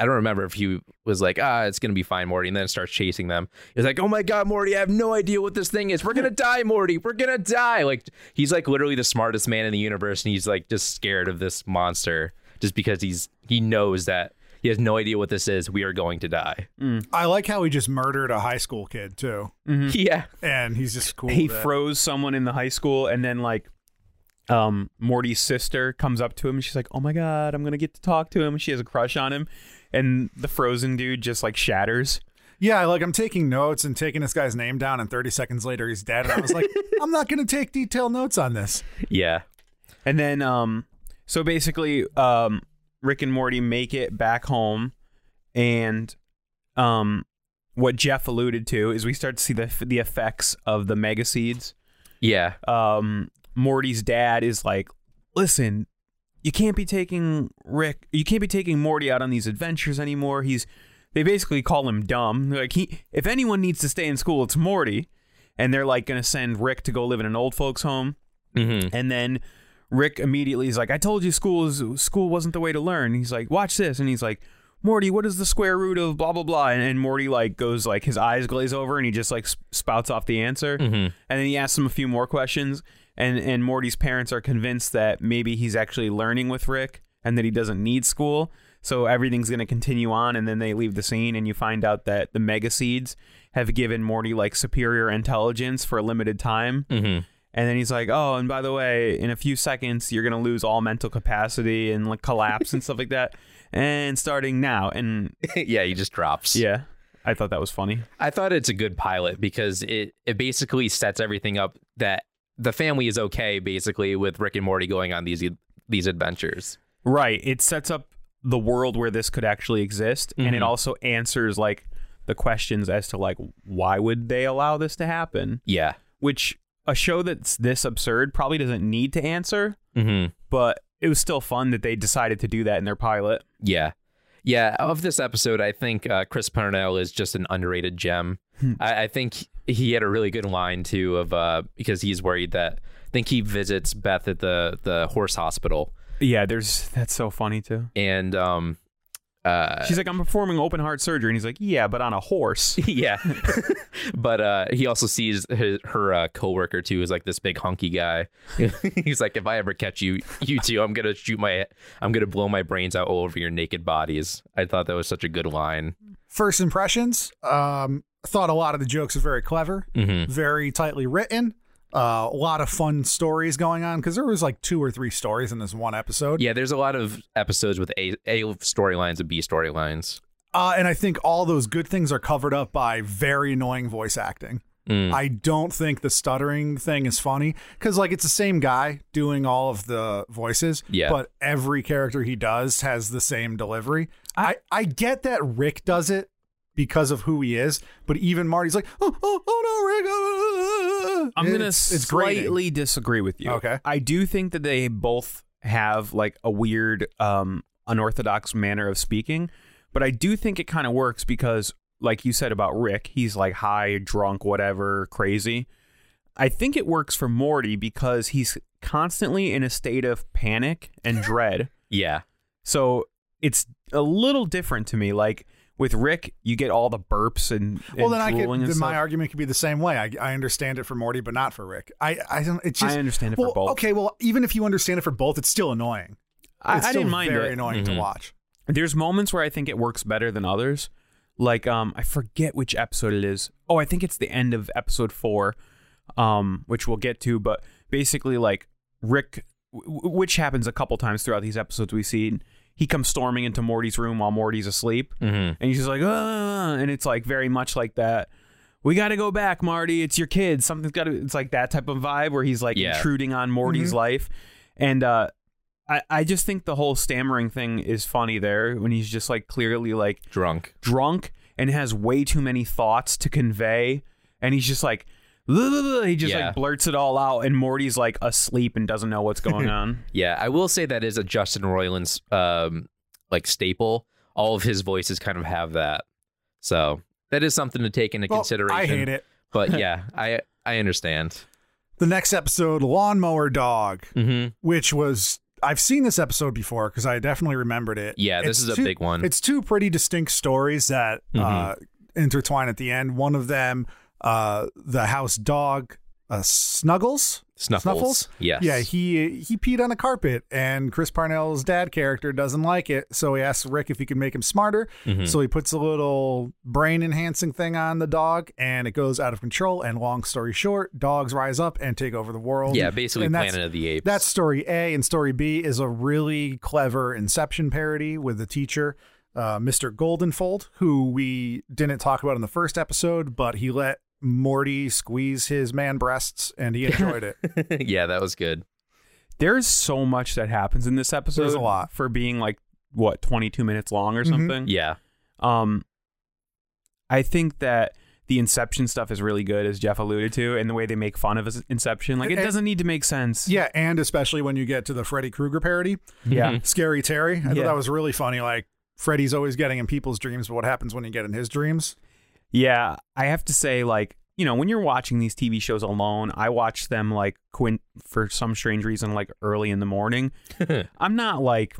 A: I don't remember if he was like, ah, it's gonna be fine, Morty, and then starts chasing them. He's like, oh my god, Morty, I have no idea what this thing is. We're gonna die, Morty. We're gonna die. Like he's like literally the smartest man in the universe, and he's like just scared of this monster just because he's he knows that he has no idea what this is. We are going to die.
B: I like how he just murdered a high school kid too,
A: Yeah,
B: and he's just cool.
C: he
B: with it.
C: froze someone in the high school and then like um Morty's sister comes up to him and she's like, "Oh my god, I'm going to get to talk to him." She has a crush on him and the frozen dude just like shatters.
B: Yeah, like I'm taking notes and taking this guy's name down, and 30 seconds later he's dead. And I was like, I'm not going to take detailed notes on this.
A: yeah,
C: And then um so basically um Rick and Morty make it back home and um what Jeff alluded to is we start to see the the effects of the mega seeds.
A: yeah.
C: um, Morty's dad is like, listen, you can't be taking Rick, you can't be taking Morty out on these adventures anymore. He's, they basically call him dumb. They're like he, if anyone needs to stay in school, it's Morty. And they're like gonna send Rick to go live in an old folks home.
A: Mhm.
C: And then Rick immediately is like, I told you school is, school wasn't the way to learn. He's like, watch this. And he's like, Morty, what is the square root of blah blah blah? And, and Morty like goes like his eyes glaze over and he just like sp- spouts off the answer. And then he asks him a few more questions. And and Morty's parents are convinced that maybe he's actually learning with Rick and that he doesn't need school. So everything's going to continue on, and then they leave the scene, and you find out that the mega seeds have given Morty like superior intelligence for a limited time. Mm-hmm. And then he's like, "Oh, and by the way, in a few seconds, you're gonna lose all mental capacity and like collapse and stuff like that. And starting now, and
A: yeah, he just drops.
C: yeah, I thought that was funny.
A: I thought it's a good pilot because it it basically sets everything up that the family is okay basically with Rick and Morty going on these these adventures.
C: Right. It sets up the world where this could actually exist, and it also answers like the questions as to like why would they allow this to happen?
A: Yeah.
C: Which a show that's this absurd probably doesn't need to answer,
A: hmm
C: but it was still fun that they decided to do that in their pilot.
A: Yeah. Yeah. Of this episode, I think uh, Chris Parnell is just an underrated gem. I, I think he had a really good line too of uh, because he's worried that I think he visits Beth at the the horse hospital
C: Yeah, there's that's so funny too.
A: and um uh
C: She's like, I'm performing open heart surgery. And he's like, Yeah, but on a horse.
A: yeah but uh he also sees his, her uh coworker too is like this big hunky guy he's like if i ever catch you you two i'm gonna shoot my i'm gonna blow my brains out all over your naked bodies i thought that was such a good line
B: First impressions, um, thought a lot of the jokes were very clever,
A: Mhm.
B: very tightly written, uh, a lot of fun stories going on because there was like two or three stories in this one episode.
A: yeah there's a lot of episodes with a a storylines and b storylines
B: Uh, and I think all those good things are covered up by very annoying voice acting.
C: Mm.
B: I don't think the stuttering thing is funny because, like, it's the same guy doing all of the voices.
A: Yeah.
B: But every character he does has the same delivery. I, I get that Rick does it because of who he is, but even Marty's like, oh, oh, oh no, Rick. uh, uh, uh."
C: I'm gonna
B: It's- it's grating.
C: slightly disagree with you.
B: Okay.
C: I do think that they both have like a weird, um, unorthodox manner of speaking, but I do think it kind of works because, like you said about Rick, he's like high, drunk, whatever, crazy. I think it works for Morty because he's constantly in a state of panic and dread.
A: Yeah.
C: So it's a little different to me. Like with Rick, you get all the burps and, and
B: Well, then I
C: drooling
B: could.
C: and
B: Then my
C: stuff.
B: argument could be the same way. I, I understand it for Morty, but not for Rick. I I don't. It's just
C: I understand it for
B: well,
C: both.
B: Okay, well, even if you understand it for both, it's still annoying.
C: I,
B: it's
C: I
B: still
C: didn't mind
B: very
C: it.
B: annoying
A: Mm-hmm.
B: to watch.
C: There's moments where I think it works better than others. Like um, I forget which episode it is. Oh, I think it's the end of episode four, um, which we'll get to. But basically, like Rick, w- w- which happens a couple times throughout these episodes we've seen, he comes storming into Morty's room while Morty's asleep,
A: Mhm.
C: and he's just like, ah, and it's like very much like that. We got to go back, Marty. It's your kids. Something's got to. It's like that type of vibe where he's like
A: Yeah.
C: intruding on Morty's life, and uh, I, I just think the whole stammering thing is funny there when he's just like clearly like
A: Drunk.
C: drunk and has way too many thoughts to convey and he's just like "Blah, blah, blah," he just
A: Yeah.
C: like blurts it all out and Morty's like asleep and doesn't know what's going on.
A: Yeah, I will say that is a Justin Roiland's um like staple. All of his voices kind of have that. So that is something to take into
B: Well,
A: consideration.
B: I hate it.
A: But yeah, I I understand.
B: The next episode, Lawnmower Dog,
A: Mm-hmm.
B: which was I've seen this episode before because I definitely remembered it.
A: Yeah, this
B: It's
A: is a
B: two-
A: big one. Mm-hmm.
B: It's two pretty distinct stories that uh, intertwine at the end. One of them, uh, the house dog, uh, Snuggles.
A: Snuffles. Yes.
B: Yeah, he he peed on a carpet, and Chris Parnell's dad character doesn't like it, so he asks Rick if he can make him smarter.
A: Mm-hmm.
B: So he puts a little brain enhancing thing on the dog, and it goes out of control. And long story short, dogs rise up and take over the world.
A: Yeah, basically
B: And that's-
A: Planet of the Apes.
B: That's story A, and story B is a really clever Inception parody with the teacher. Uh, Mr. Goldenfold, who we didn't talk about in the first episode, but he let Morty squeeze his man breasts and he enjoyed it.
A: yeah, that was good.
C: There's so much that happens in this episode
B: There's a lot.
C: for being like what 22 minutes long or
B: Mhm.
C: something.
A: Yeah.
C: Um, I think that the Inception stuff is really good, as Jeff alluded to, and the way they make fun of is- Inception, like it
B: And-
C: doesn't need to make sense.
B: Yeah, and especially when you get to the Freddy Krueger parody,
C: yeah.
B: Scary Terry. I thought
C: Yeah.
B: that was really funny. Like Freddy's always getting in people's dreams, but what happens when you get in his dreams?
C: Yeah, I have to say, like, you know, when you're watching these TV shows alone, I watch them like quin- for some strange reason, like early in the morning. I'm not like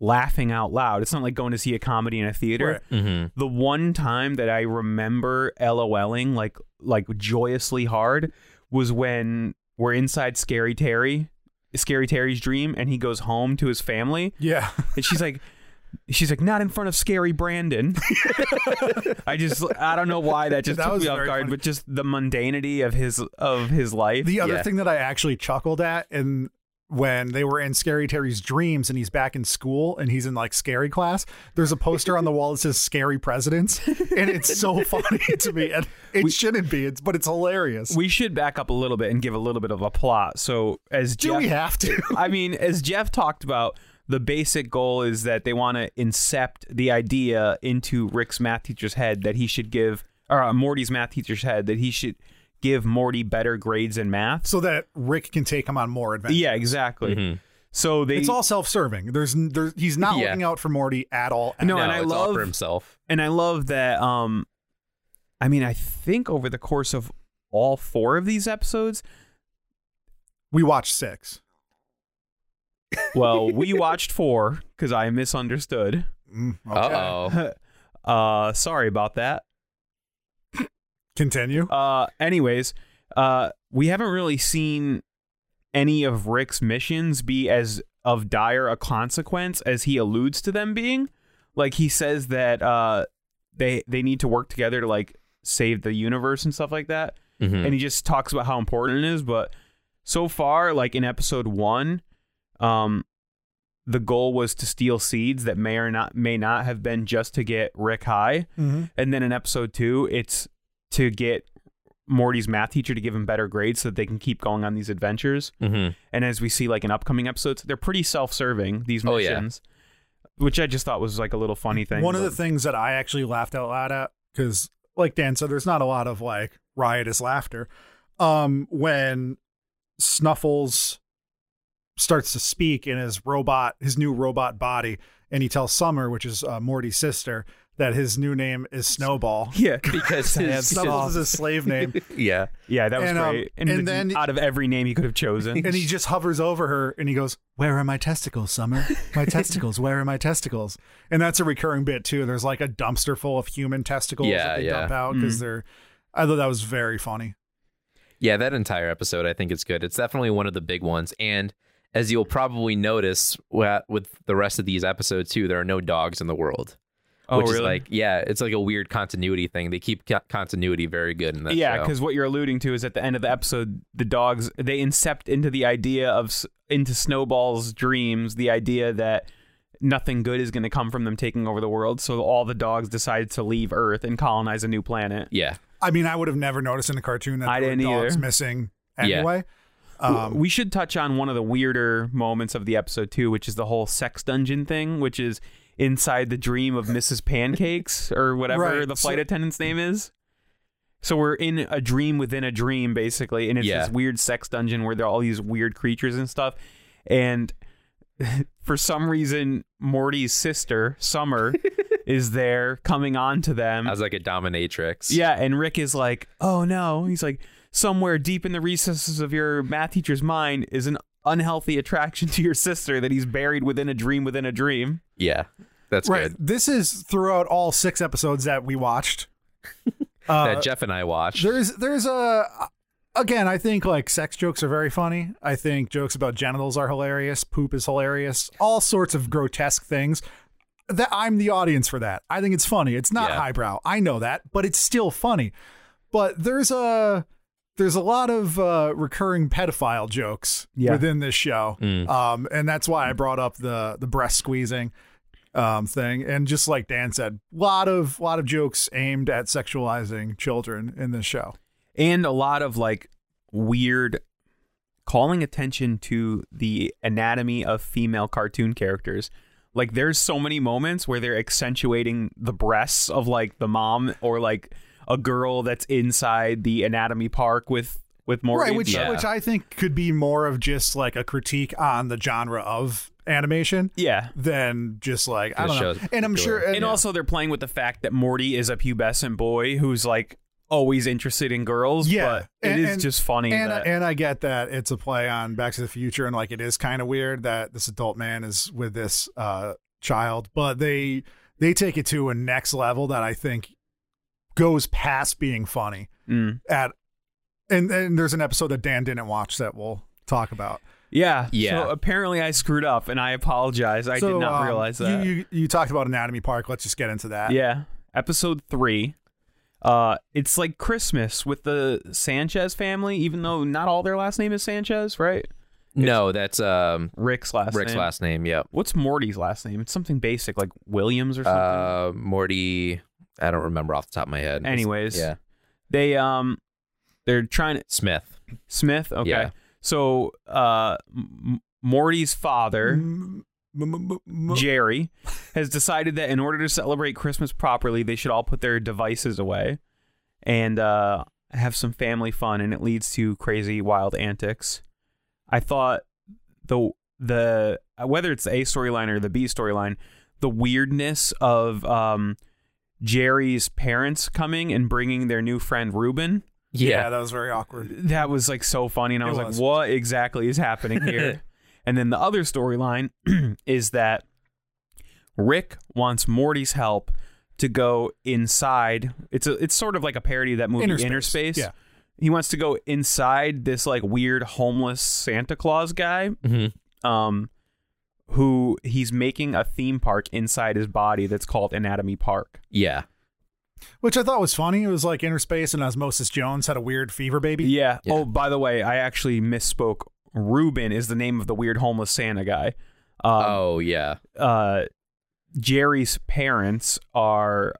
C: laughing out loud. It's not like going to see a comedy in a theater.
B: Right.
A: Mm-hmm.
C: The one time that I remember LOLing like like joyously hard was when we're inside Scary Terry, Scary Terry's dream, and he goes home to his family,
B: Yeah,
C: and she's like, she's like, not in front of scary Brandon. I just, I don't know why that just
B: That
C: took
B: was
C: me off
B: very
C: guard,
B: funny.
C: but just the mundanity of his of his life.
B: The other
A: Yeah.
B: thing that I actually chuckled at and when they were in Scary Terry's dreams and he's back in school and he's in like scary class, there's a poster on the wall that says scary presidents. And it's so funny to me. And it shouldn't be, it's but it's hilarious.
C: we should back up a little bit and give a little bit of a plot. So as
B: Do
C: Jeff,
B: we have to?
C: I mean, as Jeff talked about, the basic goal is that they want to incept the idea into Rick's math teacher's head that he should give, or uh, Morty's math teacher's head that he should give Morty better grades in math.
B: so that Rick can take him on more adventures.
C: Yeah, exactly.
A: Mm-hmm.
C: So they
B: It's all self-serving. There's, n- there's he's not
A: Yeah.
B: looking out for Morty at all.
C: No,
A: No,
C: and I
A: it's all for
C: love-
A: himself.
C: and I love that. Um, I mean, I think over the course of all four of these episodes,
B: We watched six.
C: well, we watched four because I misunderstood.
B: Mm, okay.
A: Uh oh.
C: Uh, sorry about that.
B: Continue.
C: Uh, anyways, uh, we haven't really seen any of Rick's missions be as of dire a consequence as he alludes to them being. Like he says that uh, they they need to work together to like save the universe and stuff like that.
A: Mm-hmm.
B: Mm-hmm.
C: and he just talks about how important it is. But so far, like in episode one, um, the goal was to steal seeds that may or not may not have been just to get Rick high.
B: Mm-hmm.
C: And then in episode two, it's to get Morty's math teacher to give him better grades so that they can keep going on these adventures.
A: Mhm.
C: And as we see, like in upcoming episodes, they're pretty self-serving these
A: Oh, yeah.
C: missions, which I just thought was like a little funny thing.
B: One of the
C: but-
B: things that I actually laughed out loud at because, like Dan said, there's not a lot of like riotous laughter. Um, when Snuffles starts to speak in his robot, his new robot body, and he tells Summer, which is uh, Morty's sister, that his new name is Snowball.
C: yeah,
A: because his,
B: Snuffles is his slave name,
A: yeah,
C: yeah, that was
B: And, um,
C: great.
B: and then-
C: out of every name he could have chosen,
B: and he just hovers over her and he goes, "Where are my testicles, Summer? My testicles. Where are my testicles?" And that's a recurring bit too. There's like a dumpster full of human testicles
A: Yeah,
B: that they
A: yeah. Mm-hmm.
B: dump out because they're. I thought that was very funny.
A: yeah. That entire episode, I think it's good. It's definitely one of the big ones, and as you'll probably notice wa- with the rest of these episodes too, there are no dogs in the world.
C: Oh,
A: which is
C: really?
A: like, yeah, it's like a weird continuity thing. They keep co- continuity very good in that
C: yeah,
A: show.
C: because what you're alluding to is at the end of the episode, the dogs they incept into the idea of s- into Snowball's dreams the idea that nothing good is going to come from them taking over the world. So all the dogs decide to leave Earth and colonize a new planet.
A: yeah,
B: I mean, I would have never noticed in the cartoon that
C: I
B: there were
C: didn't
B: dogs
C: either.
B: missing
A: Yeah.
B: anyway. Um,
C: we should touch on one of the weirder moments of the episode too, which is the whole sex dungeon thing, which is inside the dream of Mrs. Pancakes or whatever
B: Right,
C: the
B: so-
C: flight attendant's name is. So we're in a dream within a dream, basically, and it's
A: Yeah.
C: this weird sex dungeon where there are all these weird creatures and stuff. And for some reason, Morty's sister, Summer, is there coming on to them.
A: as like a dominatrix.
C: Yeah, and Rick is like, "Oh no." He's like, "Somewhere deep in the recesses of your math teacher's mind is an unhealthy attraction to your sister that he's buried within a dream within a dream."
A: yeah, that's
B: right.
A: good.
B: This is throughout all six episodes that we watched. Uh,
A: that Jeff and I watched.
B: there's there's a again. I think like sex jokes are very funny. I think jokes about genitals are hilarious. Poop is hilarious. All sorts of grotesque things. That I'm the audience for that. I think it's funny. It's not
A: Yeah.
B: highbrow. I know that, but it's still funny. But there's a there's a lot of uh, recurring pedophile jokes
C: Yeah.
B: within this show, um, and that's why I brought up the the breast squeezing um, thing. And just like Dan said, lot of lot of jokes aimed at sexualizing children in this show.
C: And a lot of like weird calling attention to the anatomy of female cartoon characters. Like there's so many moments where they're accentuating the breasts of like the mom or like a girl that's inside the anatomy park with with Morty.
B: right,
C: and
B: which
C: stuff.
A: yeah.
B: which I think could be more of just like a critique on the genre of animation
C: yeah.
B: than just like I
A: The
B: don't know.
A: show's
B: And I'm sure,
A: particular.
B: and,
C: and also they're playing with the fact that Morty is a pubescent boy who's like always interested in girls.
B: Yeah,
C: but
B: and-
C: it is
B: and-
C: just funny.
B: and,
C: that-
B: and I get that it's a play on Back to the Future, and like it is kind of weird that this adult man is with this uh, child, but they they take it to a next level that I think goes past being funny.
C: Mm.
B: At and and there's an episode that Dan didn't watch that we'll talk about.
C: yeah,
A: Yeah.
C: So apparently I screwed up, and I apologize. I
B: So,
C: did not
B: um,
C: realize
B: you-
C: that.
B: You, you talked about Anatomy Park. Let's just get into that.
C: yeah, episode three. Uh, it's like Christmas with the Sanchez family, even though not all their last name is Sanchez, right?
A: no, that's um
C: Rick's last
A: Rick's
C: name.
A: last name. Yep.
C: What's Morty's last name? It's something basic like Williams or something.
A: Uh,
B: Mm-hmm.
A: Morty. I don't remember off the top of my head.
C: Anyways,
A: yeah,
C: they um, they're trying to
A: Smith.
C: Smith. Okay.
A: Yeah.
C: So uh, M- Morty's father,
B: M- m- m- m-
C: Jerry, has decided that in order to celebrate Christmas properly, they should all put their devices away and uh, have some family fun, and it leads to crazy, wild antics. I thought the the whether it's the A storyline or the B storyline, the weirdness of um, Jerry's parents coming and bringing their new friend Ruben
B: yeah, that was very awkward.
C: that was like so funny and i
B: It
C: was,
B: was.
C: like what exactly is happening here and then the other storyline is that rick wants morty's help to go inside it's a it's sort of like a parody of that movie
B: Interspace.
C: interspace,
B: Yeah.
C: he wants to go inside this like weird homeless santa claus guy
A: Mhm.
B: Mm-hmm.
C: um who he's making a theme park inside his body that's called anatomy park
B: Um,
A: yeah,
B: Which I thought was funny. It was like Interspace and Osmosis Jones had a weird fever baby.
C: Yeah.
A: Yeah.
C: Oh, by the way, I actually misspoke. Ruben is the name of the weird homeless Santa guy. Uh,
A: oh yeah.
C: uh, Jerry's parents are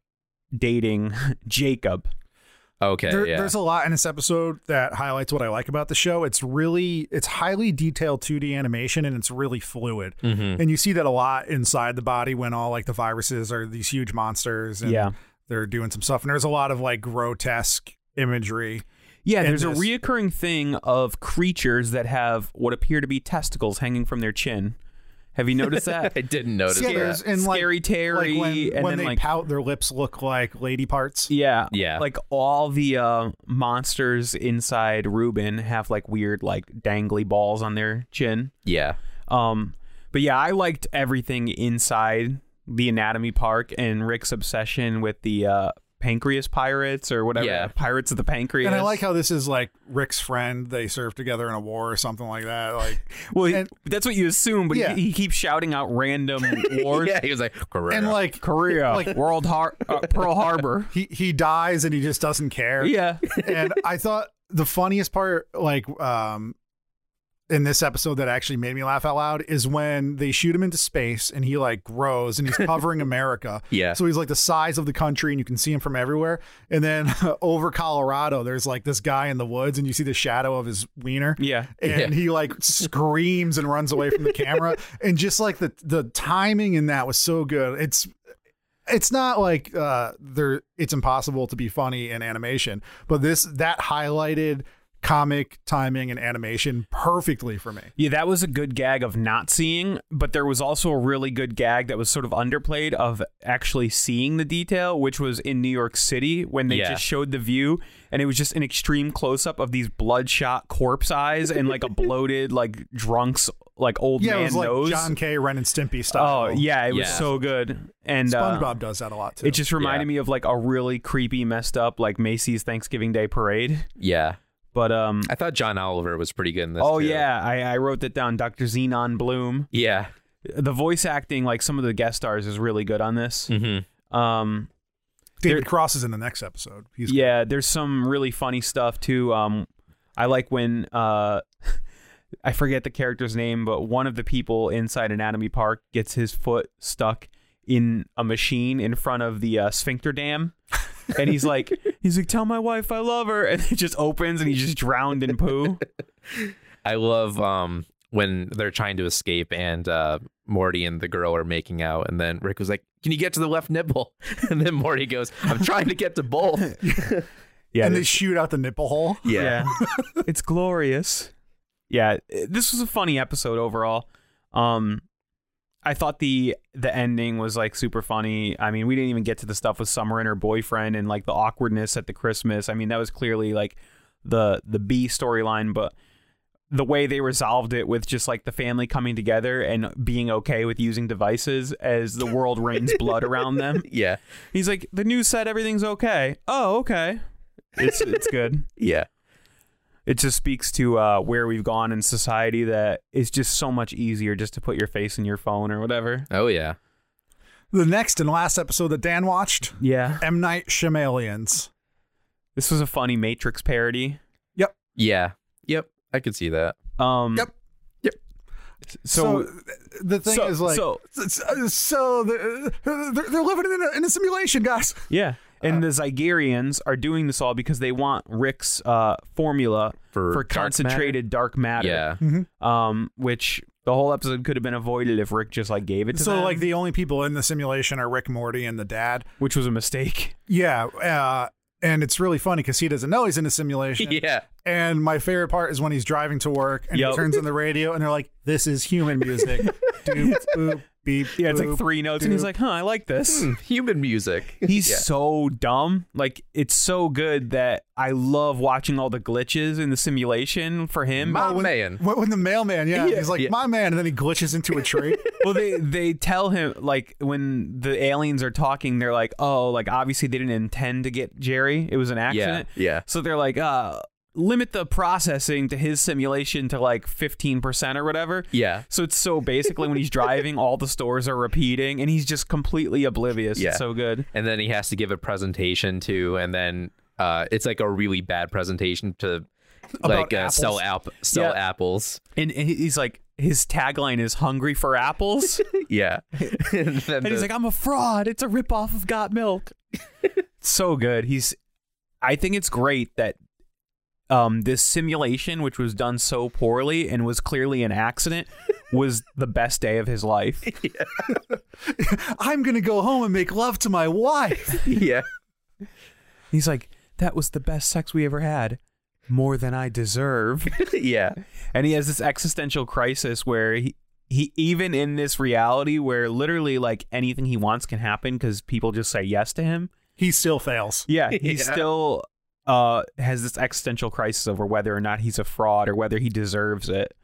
C: dating Jacob.
A: Okay.
B: There,
A: yeah.
B: There's a lot in this episode that highlights what I like about the show. It's really, it's highly detailed 2D animation and it's really fluid.
C: Mm-hmm.
B: And you see that a lot inside the body when all like the viruses are these huge monsters and
C: Yeah.
B: they're doing some stuff. And there's a lot of like grotesque imagery.
C: Yeah,
B: And
C: there's a
B: this-
C: reoccurring thing of creatures that have what appear to be testicles hanging from their chin. Have you noticed that?
A: I didn't notice
B: Yeah,
A: that.
B: there's- and like,
C: Scary Terry,
B: like when,
C: and
B: when
C: then
B: they
C: like
B: pout, their lips look like lady parts.
C: yeah,
A: Yeah.
C: like all the uh, monsters inside Ruben have like weird like dangly balls on their chin.
A: yeah.
C: Um, but yeah, I liked everything inside the anatomy park and Rick's obsession with the uh, pancreas pirates or whatever
A: Yeah.
C: pirates of the pancreas.
B: And I like how this is like Rick's friend. They served together in a war or something like that. Like,
C: well, he-
B: and-
C: that's what you assume, but
B: Yeah.
C: he, he keeps shouting out random wars.
A: Yeah. He was like, Correct.
B: and like
C: Korea,
B: Like-
C: World Har- uh, Pearl Harbor.
B: he he dies and he just doesn't care.
C: Yeah,
B: and I thought the funniest part, like, um, in this episode that actually made me laugh out loud is when they shoot him into space and he like grows and he's covering America.
A: Yeah.
B: So he's like the size of the country and you can see him from everywhere. And then over Colorado, there's like this guy in the woods and you see the shadow of his wiener.
C: yeah.
B: And he like screams and runs away from the camera. and just like the the timing in that was so good. It's it's not like uh there it's impossible to be funny in animation, but this that highlighted comic timing and animation perfectly for me.
C: Yeah, that was a good gag of not seeing, but there was also a really good gag that was sort of underplayed of actually seeing the detail, which was in New York City when they
A: Yeah.
C: just showed the view and it was just an extreme close up of these bloodshot corpse eyes and like a bloated, like drunk's like old
B: Yeah,
C: man
B: it was like
C: nose.
B: John K. Ren and Stimpy style.
C: oh yeah, it was
A: Yeah.
C: so good. And uh,
B: SpongeBob does that a lot too.
C: it just reminded
A: Yeah.
C: me of like a really creepy, messed up like Macy's Thanksgiving Day parade.
A: yeah.
C: But um
A: I thought John Oliver was pretty good in this.
C: Oh
A: too.
C: yeah, I, I wrote that down. Dr. Xenon Bloom.
A: Yeah.
C: the voice acting like some of the guest stars is really good on this
A: Mm-hmm.
C: um
B: David
C: there-
B: Cross is in the next episode. He's
C: yeah there's some really funny stuff too um i like when uh i forget the character's name but one of the people inside anatomy park gets his foot stuck in a machine in front of the uh, sphincter dam and he's like he's like tell my wife i love her and it just opens and he's just drowned in poo
A: I love um when they're trying to escape and uh Morty and the girl are making out and then Rick was like, Can you get to the left nipple? And then Morty goes, I'm trying to get to both.
C: yeah
B: and
C: this-
B: they shoot out the nipple hole.
C: Yeah. it's glorious. Yeah, i- this was a funny episode overall. Um I thought the the ending was like super funny. I mean, we didn't even get to the stuff with Summer and her boyfriend and like the awkwardness at the Christmas. I mean, that was clearly like the the B storyline, but the way they resolved it with just like the family coming together and being okay with using devices as the world rains blood around them.
A: Yeah.
C: He's like, "The news said everything's okay." Oh, okay. It's it's good
A: Yeah.
C: it just speaks to uh, where we've gone in society that it's just so much easier just to put your face in your phone or whatever.
A: Oh yeah.
B: The next and last episode that Dan watched,
C: Yeah.
B: M Night Shyamalians.
C: This was a funny Matrix parody.
A: Yeah. Yep. I could see that.
C: Um,
B: Yep.
A: Yep.
B: So,
C: So,
B: th- the thing
C: so-
B: is like
C: so-
B: so, so the- they're, they're living in a, in a simulation, guys.
C: yeah. And
B: Uh,
C: the Zygerians are doing this all because they want Rick's uh, formula
A: For dark
C: concentrated dark matter.
A: Yeah.
C: Um, which the whole episode could have been avoided if Rick just like gave it to
B: So
C: them.
B: like the only people in the simulation are Rick Morty and the dad.
C: which was a mistake.
B: Yeah, uh, and it's really funny because he doesn't know he's in a simulation.
A: Yeah.
B: And my favorite part is when he's driving to work and
C: Yep.
B: he turns on the radio and they're like, "This is human music." Doop, boop, beep,
C: Yeah, it's
B: boop.
C: like three notes, and he's like, "Huh, I like this."
A: Hmm, Human music.
C: He's
A: Yeah.
C: so dumb. Like it's so good that I love watching all the glitches in the simulation for him.
A: My
B: Oh, when,
A: man.
B: When, when the mailman, yeah, he's like,
A: Yeah.
B: "My man," and then he glitches into a tree.
C: well, they they tell him like when the aliens are talking, they're like, "Oh, like obviously they didn't intend to get Jerry. It was an accident."
A: yeah.
C: So they're like, "Uh, limit the processing to his simulation to like 15% or whatever."
A: Yeah.
C: So it's so basically when he's driving, all the stores are repeating and he's just completely oblivious.
A: Yeah.
C: It's so good.
A: And then he has to give a presentation to and then uh it's like a really bad presentation to like uh,
B: apples.
A: sell app sell
C: Yeah.
A: apples.
C: And and he's like, his tagline is "Hungry for apples,"
A: Yeah. and then
C: and
A: the-
C: he's like, "I'm a fraud. It's a ripoff of Got Milk." so good. He's. I think it's great that um, this simulation, which was done so poorly and was clearly an accident, was the best day of his life.
B: I'm gonna go home and make love to my wife.
A: yeah.
C: He's like, "That was the best sex we ever had." More than I deserve.
A: yeah.
C: and he has this existential crisis where he he even in this reality where literally like anything he wants can happen because people just say yes to him
B: He still fails.
C: yeah he
A: Yeah.
C: still uh has this existential crisis over whether or not he's a fraud or whether he deserves it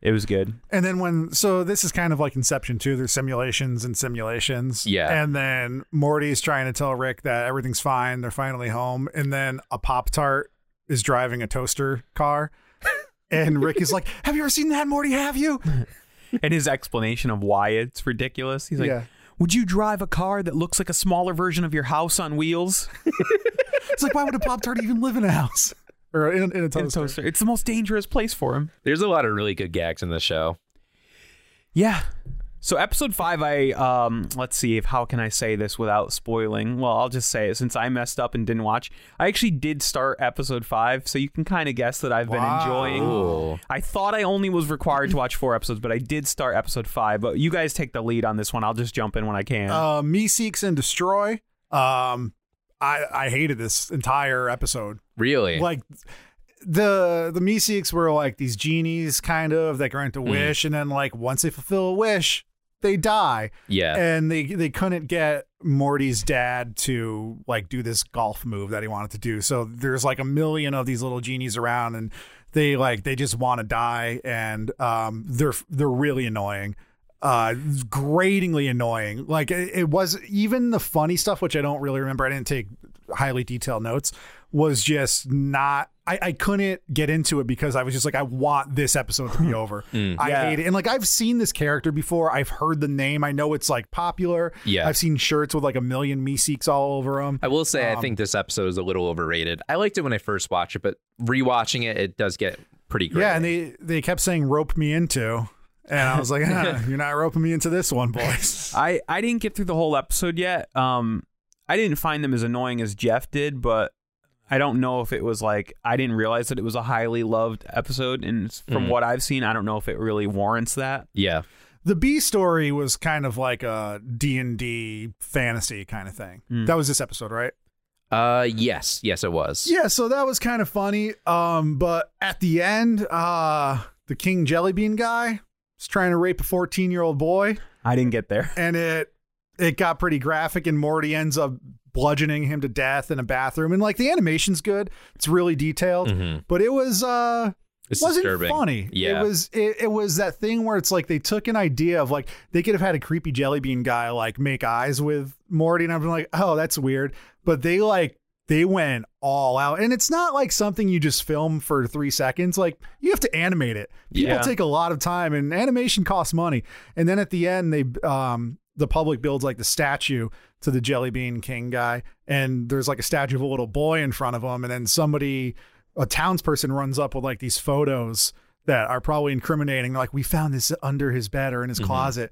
C: it was good
B: And then when so this is kind of like Inception too. There's simulations and simulations.
A: Yeah.
B: And then Morty's trying to tell Rick that everything's fine. They're finally home. And then a Pop Tart is driving a toaster car. And Rick is like, "Have you ever seen that, Morty? Have you?"
C: and his explanation of why it's ridiculous he's like
B: Yeah.
C: would you drive a car that looks like a smaller version of your house on wheels
B: It's like, why would a Pop Tart even live in a house or in, in a
C: in a
B: toaster?
C: toaster it's the most dangerous place for him
A: There's a lot of really good gags in the show.
C: Yeah. So episode five, I um, let's see if how can I say this without spoiling. Well, I'll just say it since I messed up and didn't watch. I actually did start episode five, so you can kind of guess that I've been enjoying.
A: Ooh.
C: I thought I only was required to watch four episodes, but I did start episode five. But you guys take the lead on this one. I'll just jump in when I can.
B: Uh, Me seeks and destroy. Um, I I hated this entire episode.
A: Really?
B: like the the Meeseeks were like these genies kind of that grant a wish and then like once they fulfill a wish they die
A: yeah.
B: and they they couldn't get Morty's dad to like do this golf move that he wanted to do so there's like a million of these little genies around and they like they just want to die and um they're they're really annoying uh gratingly annoying like it, it was even the funny stuff which i don't really remember i didn't take highly detailed notes was just not I, I couldn't get into it because I was just like, I want this episode
A: Hmm.
B: to be over. I hate it. And like, I've seen this character before. I've heard the name. I know it's like popular.
A: Yeah.
B: I've seen shirts with like a million Meeseeks all over them.
A: I will say I think this episode is a little overrated. I liked it when I first watched it, but rewatching it, it does get pretty great.
B: Yeah. And they, they kept saying, rope me into. And I was like, "Ah, you're not roping me into this one, boys.
C: I I didn't get through the whole episode yet. Um, I didn't find them as annoying as Jeff did, but I don't know if it was like I didn't realize that it was a highly loved episode, and it's- from
B: Mm-hmm.
C: what I've seen, I don't know if it really warrants that.
A: yeah.
B: The B story was kind of like a D&D fantasy kind of thing. That was this episode, right?
A: Uh, yes, yes, it was.
B: Yeah, so that was kind of funny. Um, but at the end, uh, the King Jellybean guy is trying to rape a 14 year old boy,
C: I didn't get there.
B: and it it got pretty graphic, and Morty ends up bludgeoning him to death in a bathroom. And like the animation's good; it's really detailed. But it was uh,
A: It's
B: wasn't
A: disturbing.
B: funny.
A: Yeah.
B: it was it, it was that thing where it's like they took an idea of like they could have had a creepy Jellybean guy like make eyes with Morty, and I'm like, oh, that's weird. But they like they went all out, and it's not like something you just film for three seconds. Like you have to animate it. People
C: Yeah.
B: take a lot of time, and animation costs money. And then at the end, they um the public builds like the statue to the Jellybean King guy, and there's like a statue of a little boy in front of him, and then somebody a townsperson runs up with like these photos that are probably incriminating. Like, we found this under his bed or in
A: Mm-hmm.
B: his closet.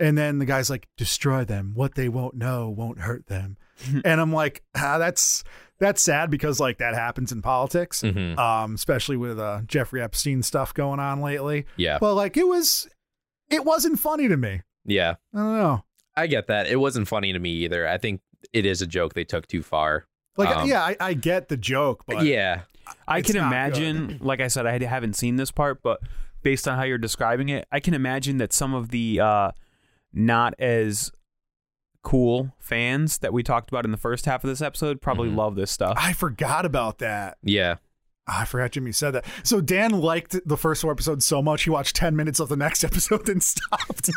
B: And then the guy's like, destroy them. What they won't know won't hurt them. and I'm like, ah, that's that's sad because like that happens in politics,
A: Mm-hmm.
B: um, especially with uh, Jeffrey Epstein stuff going on lately.
A: Yeah.
B: But like, it was, it wasn't funny to me.
A: yeah.
B: I don't know.
A: I get that. It wasn't funny to me either. I think it is a joke they took too far.
B: Like,
A: Um,
B: yeah, I, I get the joke, but
A: yeah.
C: I
B: It's
C: can
B: not
C: imagine, like I said, I had- haven't seen this part, but based on how you're describing it, I can imagine that some of the uh, not as cool fans that we talked about in the first half of this episode probably
B: Mm-hmm.
C: love this stuff.
B: I forgot about that.
A: Yeah.
B: Ah, I forgot Jimmy said that. So Dan liked the first four episodes so much he watched ten minutes of the next episode and stopped.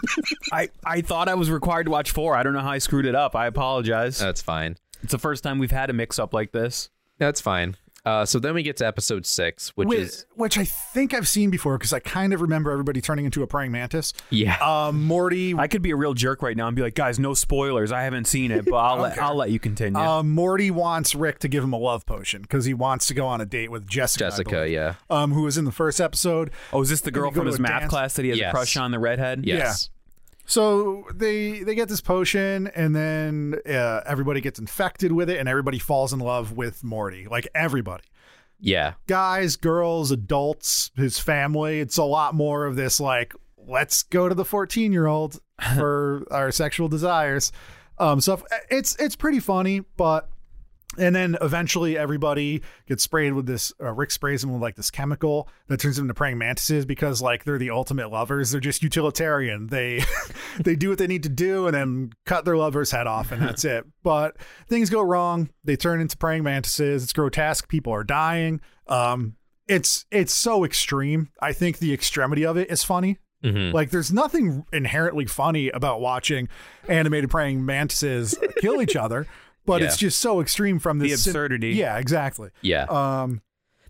C: I, I thought I was required to watch four. I don't know how I screwed it up. I apologize.
A: Uh, That's fine.
C: it's the first time we've had a mix up like this.
A: That's fine. Uh, so then we get to episode six, which
B: Which,
A: is
B: which I think I've seen before because I kind of remember everybody turning into a praying mantis.
A: yeah,
B: Uh, Morty
C: I could be a real jerk right now and be like, guys, no spoilers. I haven't seen it, but I'll let I'll let you continue.
B: Uh, Morty wants Rick to give him a love potion because he wants to go on a date with Jessica. I
A: Jessica,
B: believe,
A: yeah.
B: Um, who was in the first episode.
C: oh, is this the girl
B: Can we go
C: from
B: to
C: his
B: a
C: math
B: dance?
C: class that he has
A: Yes.
C: a crush on, the redhead?
A: yes,
B: So they they get this potion, and then uh, everybody gets infected with it, and everybody falls in love with Morty. Like everybody,
A: yeah,
B: guys, girls, adults, his family. It's a lot more of this like let's go to the fourteen year old for our sexual desires. Um, so it's it's pretty funny, but and then eventually everybody gets sprayed with this. Uh, Rick sprays them with like this chemical that turns them into praying mantises because like they're the ultimate lovers. They're just utilitarian. They they do what they need to do and then cut their lover's head off and that's it. But things go wrong. They turn into praying mantises. It's grotesque. People are dying. Um, it's it's so extreme. I think the extremity of it is funny.
C: Hmm.
B: Like there's nothing inherently funny about watching animated praying mantises kill each other, but it's
A: Yeah.
B: just so extreme from
C: The
B: this sim-
C: absurdity.
B: yeah, exactly.
A: yeah.
B: Um,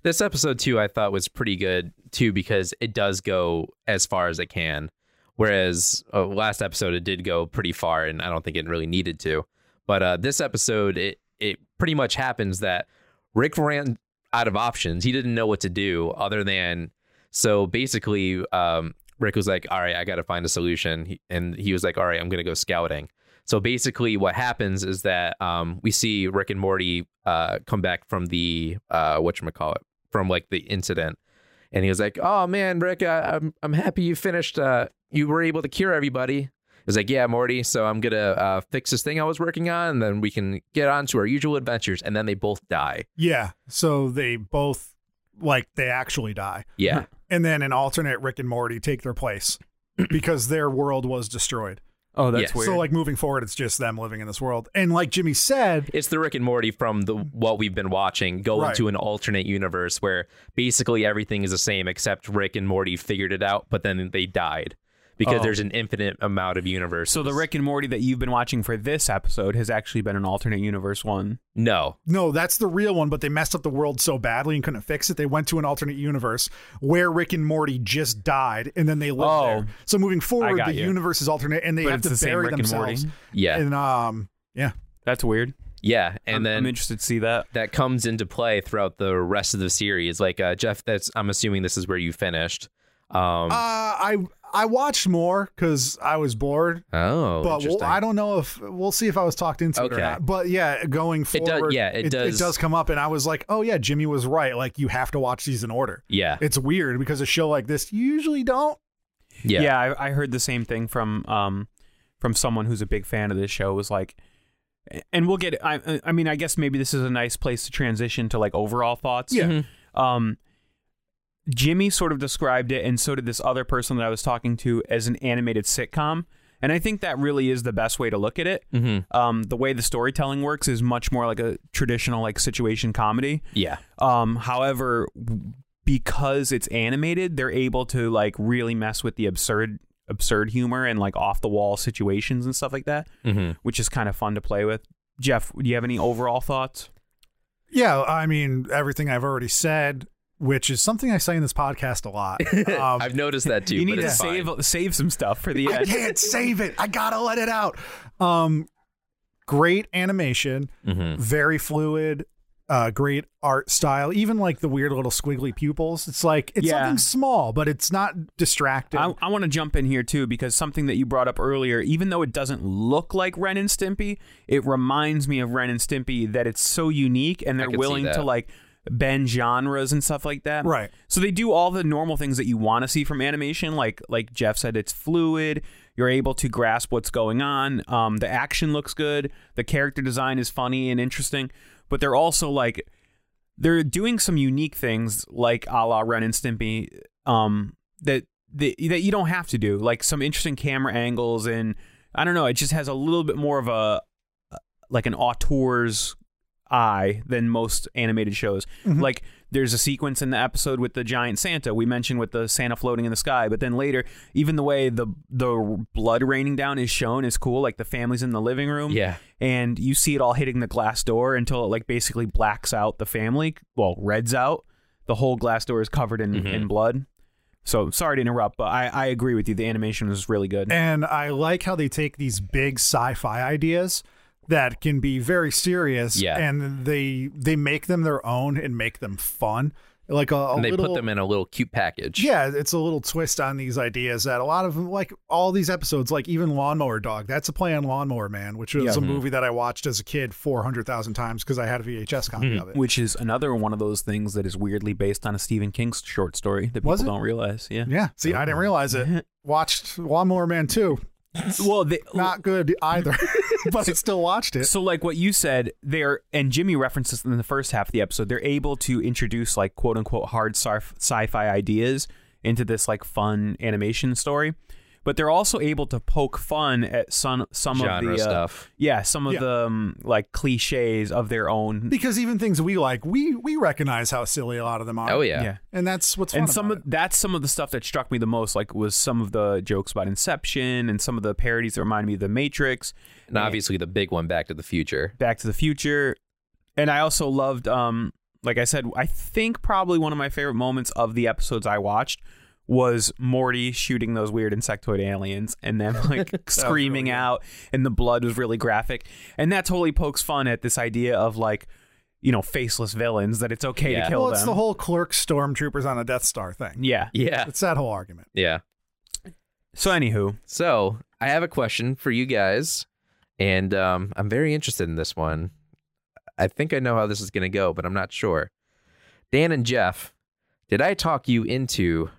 A: this episode too i thought was pretty good too because it does go as far as it can whereas uh, last episode it did go pretty far and i don't think it really needed to but uh, this episode it, it pretty much happens that rick ran out of options he didn't know what to do other than so basically um, rick was like all right i gotta find a solution He- and he was like all right i'm gonna go scouting so basically, what happens is that um, we see Rick and Morty uh, come back from the uh, what you call it from like the incident, and he was like, "Oh man, Rick, I, I'm I'm happy you finished. Uh, you were able to cure everybody." He's like, "Yeah, Morty. So I'm gonna uh, fix this thing I was working on, and then we can get on to our usual adventures." And then they both die.
B: yeah. So they both like they actually die,
A: Yeah,
B: and then an alternate Rick and Morty take their place because their world was destroyed.
C: Oh, that's
A: Yes.
C: weird.
B: So like moving forward, it's just them living in this world. And like Jimmy said,
A: it's the Rick and Morty from the what we've been watching go
B: Right.
A: into an alternate universe where basically everything is the same except Rick and Morty figured it out, but then they died because
C: Oh.
A: there's an infinite amount of universes.
C: So the Rick and Morty that you've been watching for this episode has actually been an alternate universe one.
A: no,
B: no, that's the real one, but they messed up the world so badly and couldn't fix it. They went to an alternate universe where Rick and Morty just died, and then they lived
C: Oh.
B: there. So moving forward,
C: got
B: the
C: you.
B: universe is alternate, and they
C: But
B: have
C: it's
B: to
C: the same
B: bury
C: Rick and Morty.
B: themselves.
A: yeah,
B: And um, yeah,
C: That's weird.
A: yeah, and
C: I'm-
A: then
C: I'm interested to see that.
A: that comes into play throughout the rest of the series. Like uh, Jeff, that's I'm assuming this is where you finished. Um,
B: uh, I I watched more because I was bored.
A: oh,
B: But
A: interesting.
B: we'll, I don't know if we'll see if I was talked into it or
A: Okay.
B: not. But yeah, going
A: does-
B: forward,
A: yeah, it does-
B: It does come up, and I was like, oh yeah, Jimmy was right. Like you have to watch these in order.
A: yeah,
B: It's weird because a show like this you usually don't.
A: yeah,
C: yeah I, I heard the same thing from um from someone who's a big fan of this show was like and we'll get i i mean i guess maybe this is a nice place to transition to like overall thoughts
B: Yeah.
C: um jimmy sort of described it and so did this other person that i was talking to as an animated sitcom and i think that really is the best way to look at it
A: Mhm.
C: um the way the storytelling works is much more like a traditional like situation comedy
A: yeah,
C: um, however, w- because it's animated, they're able to like really mess with the absurd, absurd humor and like off the wall situations and stuff like that,
A: Mhm.
C: which is kind of fun to play with. Jeff, do you have any overall thoughts?
B: Yeah, I mean everything I've already said, which is something I say in this podcast a lot. Um,
A: I've noticed that too.
C: you
A: but
C: need to
A: it's fine.
C: save save some stuff for the
B: I
C: end.
B: can't save it. I gotta let it out. Um, great animation,
A: Mm-hmm.
B: very fluid, uh, great art style. Even like the weird little squiggly pupils. It's like it's
C: Yeah.
B: something small, but it's not distracting.
C: I, I want to jump in here too because something that you brought up earlier, even though it doesn't look like Ren and Stimpy, it reminds me of Ren and Stimpy that it's so unique and they're
A: can see
C: willing to
A: that.
C: like bend genres and stuff like that.
B: Right.
C: So they do all the normal things that you want to see from animation, like like Jeff said, it's fluid. You're able to grasp what's going on. Um, the action looks good. The character design is funny and interesting, but they're also like they're doing some unique things like a la Ren and Stimpy um, that that that you don't have to do, like some interesting camera angles and I don't know. It just has a little bit more of a like an auteur's eye than most animated shows. Like there's a sequence in the episode with the giant Santa we mentioned with the Santa floating in the sky, but then later even the way the the blood raining down is shown is cool. Like the family's in the living room,
A: Yeah.
C: and you see it all hitting the glass door until it like basically blacks out the family. Well, reds out. The whole glass door is covered in, in blood. So sorry to interrupt, but I, I agree with you. The animation was really good.
B: And I like how they take these big sci-fi ideas that can be very serious
A: Yeah.
B: and they they make them their own and make them fun. Like a, a
A: and they
B: little
A: put them in a little cute package.
B: Yeah, it's a little twist on these ideas that a lot of them, like all these episodes, like even Lawnmower Dog, that's a play on Lawnmower Man, which was a movie that I watched as a kid 400,000 times because I had a VHS copy of it.
C: which is another one of those things that is weirdly based on a Stephen King s- short story that people
B: Was it?
C: don't realize. Yeah.
B: Yeah, see, I didn't realize it. Watched Lawnmower Man 2,
C: Well, they,
B: not good either, but I still watched it.
C: so like what you said, they're and Jimmy references in the first half of the episode, they're able to introduce like quote unquote hard sarf- sci-fi ideas into this like fun animation story. But they're also able to poke fun at some some
A: Genre
C: of the uh,
A: stuff.
C: Yeah, some of
B: Yeah.
C: the um, like cliches of their own.
B: Because even things we like, we we recognize how silly a lot of them are.
A: Oh yeah.
C: yeah.
B: and that's what's fun
C: and some
B: about
C: of that's some of the stuff that struck me the most like was some of the jokes about inception and some of the parodies that reminded me of the matrix
A: And obviously the big one, Back to the Future.
C: back to the future and i also loved um like i said i think probably one of my favorite moments of the episodes i watched was morty shooting those weird insectoid aliens and them like screaming out and the blood was really graphic and that totally pokes fun at this idea of like you know faceless villains that it's okay to
A: Yeah.
C: kill
B: well, it's
C: them
B: the whole clerk stormtroopers on a Death Star thing.
C: yeah
A: Yeah.
B: It's that whole argument.
A: Yeah.
C: so anywho
A: So I have a question for you guys, and um, I'm very interested in this one. I think I know how this is going to go, but I'm not sure. Dan and Jeff, did I talk you into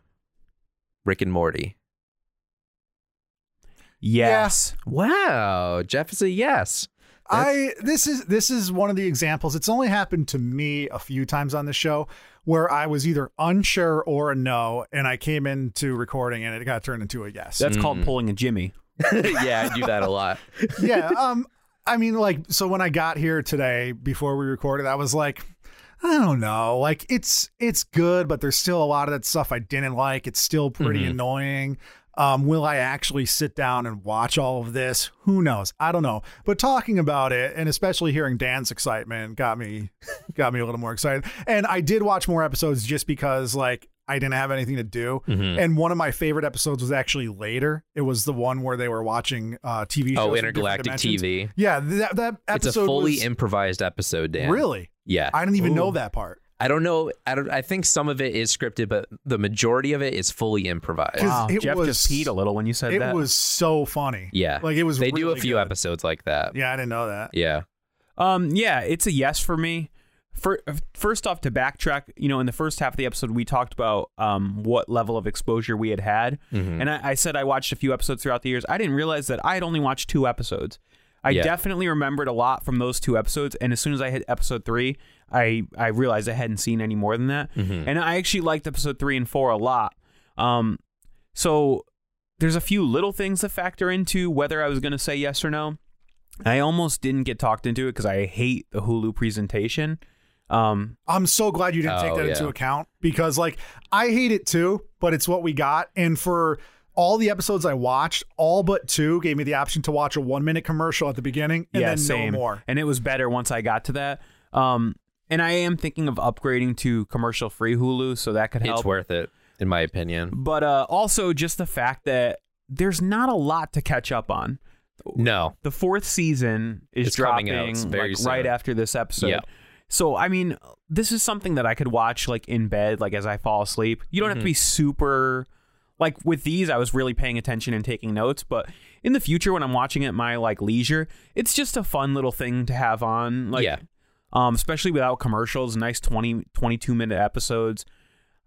A: Rick and Morty?
C: yes
A: Wow, Jeff is a yes.
B: I this is this is one of the examples. It's only happened to me a few times on the show where I was either unsure or a no, and I came into recording and it got turned into a yes.
C: That's called pulling a Jimmy.
A: yeah, I do that a lot.
B: yeah. Um. I mean, like, so when I got here today before we recorded, I was like, I don't know. Like, it's it's good, but there's still a lot of that stuff I didn't like. It's still pretty
A: Mm-hmm.
B: annoying. Um, will I actually sit down and watch all of this? Who knows? I don't know. But talking about it, and especially hearing Dan's excitement, got me got me a little more excited. And I did watch more episodes just because, like, I didn't have anything to do.
A: Mm-hmm.
B: And one of my favorite episodes was actually later. It was the one where they were watching uh, TV shows.
A: Oh,
B: from
A: intergalactic
B: different dimensions.
A: TV.
B: Yeah, that that
A: It's
B: episode
A: a fully
B: was,
A: improvised episode, Dan.
B: really.
A: Yeah.
B: I didn't even know that part.
A: I don't know. I don't. I think some of it is scripted, but the majority of it is fully improvised.
B: 'Cause it
C: Jeff
B: was-
C: just peed a little when you said
B: It
C: that.
B: was so funny.
A: Yeah,
B: like it was.
A: They do a
B: really
A: few
B: good.
A: episodes like that.
B: Yeah, I didn't know that.
A: yeah.
C: um, yeah, it's a yes for me. For, first off, to backtrack, you know, in the first half of the episode, we talked about um, what level of exposure we had had, and I, I said I watched a few episodes throughout the years. I didn't realize that I had only watched two episodes. I
A: Yeah.
C: definitely remembered a lot from those two episodes, and as soon as I hit episode three, I I realized I hadn't seen any more than that, and I actually liked episode three and four a lot. Um, so there's a few little things that factor into whether I was going to say yes or no. I almost didn't get talked into it because I hate the Hulu presentation. Um,
B: I'm so glad you didn't take
A: Oh,
B: that into
A: yeah.
B: account because, like, I hate it too, but it's what we got. And for all the episodes I watched, all but two gave me the option to watch a one minute commercial at the beginning and
C: yeah,
B: then
C: same.
B: no more.
C: And it was better once I got to that. Um, and I am thinking of upgrading to commercial free Hulu, so that could help.
A: It's worth it, in my opinion.
C: but uh, also just the fact that there's not a lot to catch up on.
A: No.
C: the fourth season is
A: It's
C: dropping
A: coming out. It's very
C: like,
A: soon.
C: right after this episode.
A: Yeah.
C: So I mean, this is something that I could watch like in bed, like as I fall asleep. You don't have to
A: Mm-hmm.
C: be super like with these. I was really paying attention and taking notes, but in the future when I'm watching it at my like leisure, it's just a fun little thing to have on. Like,
A: Yeah.
C: Um, especially without commercials, nice 20, 22 minute episodes.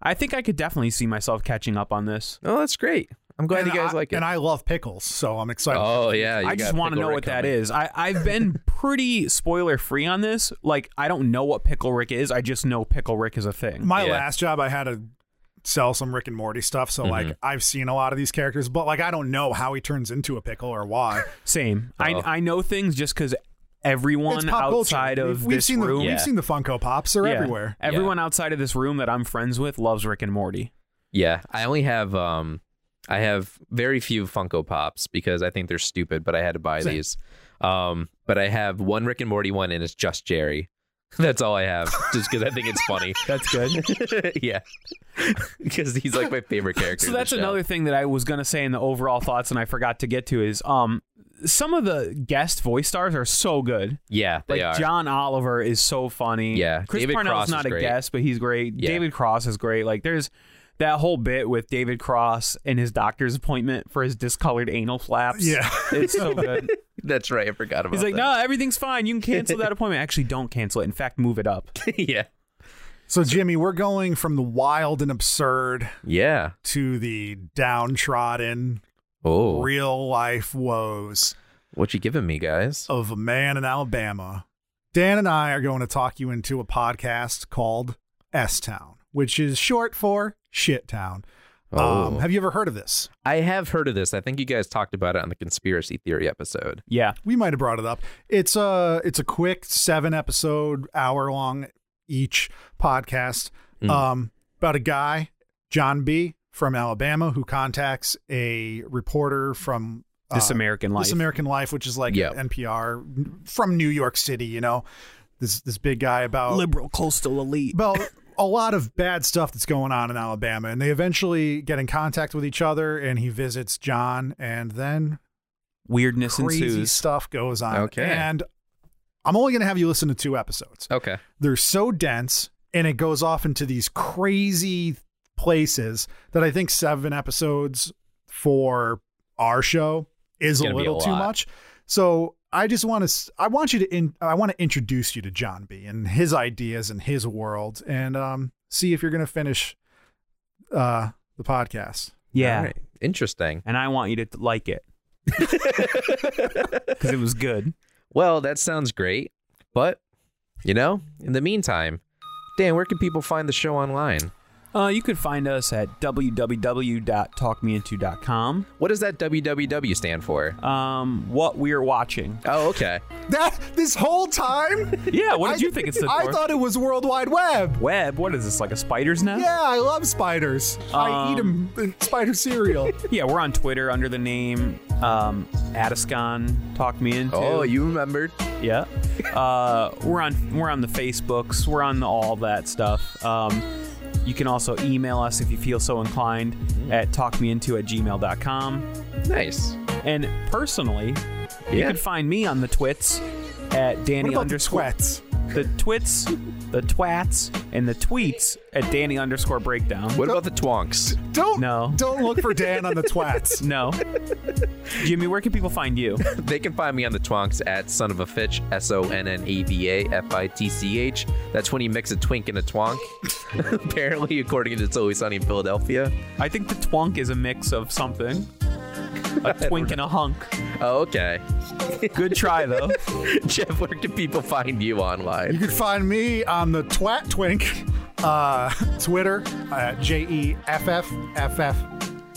C: I think I could definitely see myself catching up on this.
A: Oh, that's great. I'm glad
B: And
A: you guys
B: I-
A: like it.
B: And I love pickles, so I'm excited.
A: oh yeah.
C: I just want to know what that is. I, I've been pretty spoiler free on this. Like, I don't know what Pickle Rick is. I just know Pickle Rick is a thing.
B: my
A: Yeah.
B: last job i had to sell some rick and morty stuff so like
A: Mm-hmm.
B: i've seen a lot of these characters but like i don't know how he turns into a pickle or why
C: Same. I, I know things just because
B: It's
C: everyone
B: pop culture.
C: outside of
B: we've, we've
C: this
B: seen the,
C: room.
B: We've
A: Yeah.
B: seen the Funko Pops. They're
C: Yeah.
B: everywhere.
C: Everyone outside of this room that I'm friends with loves Rick and Morty.
A: Yeah, I only have um, I have very few Funko Pops because I think they're stupid, but I had to buy
B: Same.
A: these. Um, but I have one Rick and Morty one, and it's just Jerry. That's all I have, just because I think it's funny.
C: That's good.
A: yeah, because he's like my favorite character.
C: so
A: in the
C: that's
A: show.
C: another thing that I was gonna say in the overall thoughts, and I forgot to get to is um some of the guest voice stars are so good.
A: Yeah, they
C: Like
A: are.
C: John Oliver is so funny.
A: Yeah,
C: Chris
A: David
C: Parnell's
A: Cross
C: not
A: is
C: a
A: great.
C: guest, but he's great.
A: Yeah.
C: David Cross is great. Like there's that whole bit with David Cross and his doctor's appointment for his discolored anal flaps.
B: Yeah.
C: it's so good.
A: that's right. I forgot about.
C: He's like,
A: that.
C: no, everything's fine. You can cancel that appointment. Actually, don't cancel it. In fact, move it up.
A: yeah,
B: So Jimmy, we're going from the wild and absurd
A: yeah.
B: to the downtrodden,
A: Oh,
B: real life woes
A: what you giving me, guys?
C: Oh.
B: of a man in Alabama. Dan and I are going to talk you into a podcast called S Town, which is short for Shit Town.
A: Oh.
B: Um, have you ever heard of this?
A: I have heard of this. I think you guys talked about it on the conspiracy theory episode.
C: Yeah.
B: we might have brought it up. It's a it's a quick seven episode hour long each podcast um, about a guy John B from Alabama who contacts a reporter from uh,
C: This American Life.
B: This American Life, which is like
A: Yep.
B: NPR from New York City. You know, this this big guy about
C: Oh. liberal coastal elite.
B: about a lot of bad stuff that's going on in Alabama, and they eventually get in contact with each other, and he visits John, and then
C: Weirdness
B: crazy
C: ensues.
B: stuff goes on.
A: Okay.
B: And I'm only going to have you listen to two episodes.
A: Okay.
B: They're so dense and it goes off into these crazy places that I think seven episodes for our show is a
A: gonna be a
B: little too
A: lot.
B: much. So I just want to, I want you to, in, I want to introduce you to John B and his ideas and his world and um, see if you're going to finish uh, the podcast.
C: Yeah.
A: All right. Interesting.
C: And I want you to th- like it. Because it was good.
A: Well, that sounds great, but you know, in the meantime, Dan, where can people find the show online?
C: Uh, you could find us at www.talkmeinto.com.
A: What does that WWW stand for?
C: Um, what we're watching.
A: Oh, okay.
B: That this whole time,
C: Yeah, what did
B: I-
C: you think it stood
B: I
C: for?
B: thought it was World Wide Web.
C: Web, what is this, like a spider's nest?
B: Yeah, I love spiders. I eat
C: Um,
B: them. Spider cereal.
C: Yeah, we're on Twitter under the name um, Addiscon Talk Me Into.
A: Oh, you remembered.
C: Yeah. Uh, we're on we're on the Facebooks. We're on the, all that stuff. Um, you can also email us if you feel so inclined
B: Mm-hmm.
C: at talkmeinto at gmail.com.
A: Nice.
C: And personally, you
A: Yeah.
C: can find me on the twits at
B: what about
C: Danny
B: the
C: underscore
B: twats?
C: the twits, the twats, and the tweets at Danny underscore breakdown.
A: What about the twonks?
B: Don't
C: No.
B: don't look for Dan on the twats.
C: No. Jimmy, where can people find you?
A: They can find me on the twonks at Son of a Fitch, S O N N A V A F I T C H. That's when you mix a twink and a twonk. Apparently, according to It's Always Sunny in Philadelphia.
C: I think the twonk is a mix of something. A twink and a hunk.
A: Oh, okay.
C: Good try though.
A: Jeff, where can people find you
B: You
A: online?
B: can find me on the twat twink, uh, Twitter at J E F F F F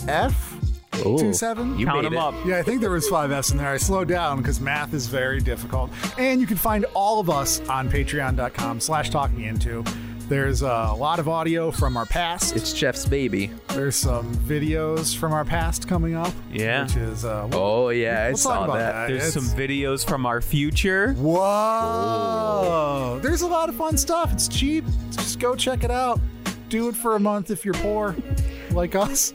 B: F two seven.
A: You
C: Count
A: made
C: them
A: it.
C: up.
B: Yeah, I think there was five S in there. I slowed down because math is very difficult. And you can find all of us on patreon.com slash talk me into. There's a lot of audio from our past.
A: It's Jeff's baby.
B: There's some videos from our past coming up.
C: Yeah.
B: Which is, uh, we'll,
A: Oh, yeah, I
B: we'll talk
A: saw
B: about
A: that.
B: that.
C: There's
B: It's-
C: some videos from our future.
B: Whoa. There's a lot of fun stuff. It's cheap. Just go check it out. Do it for a month if you're poor, like us.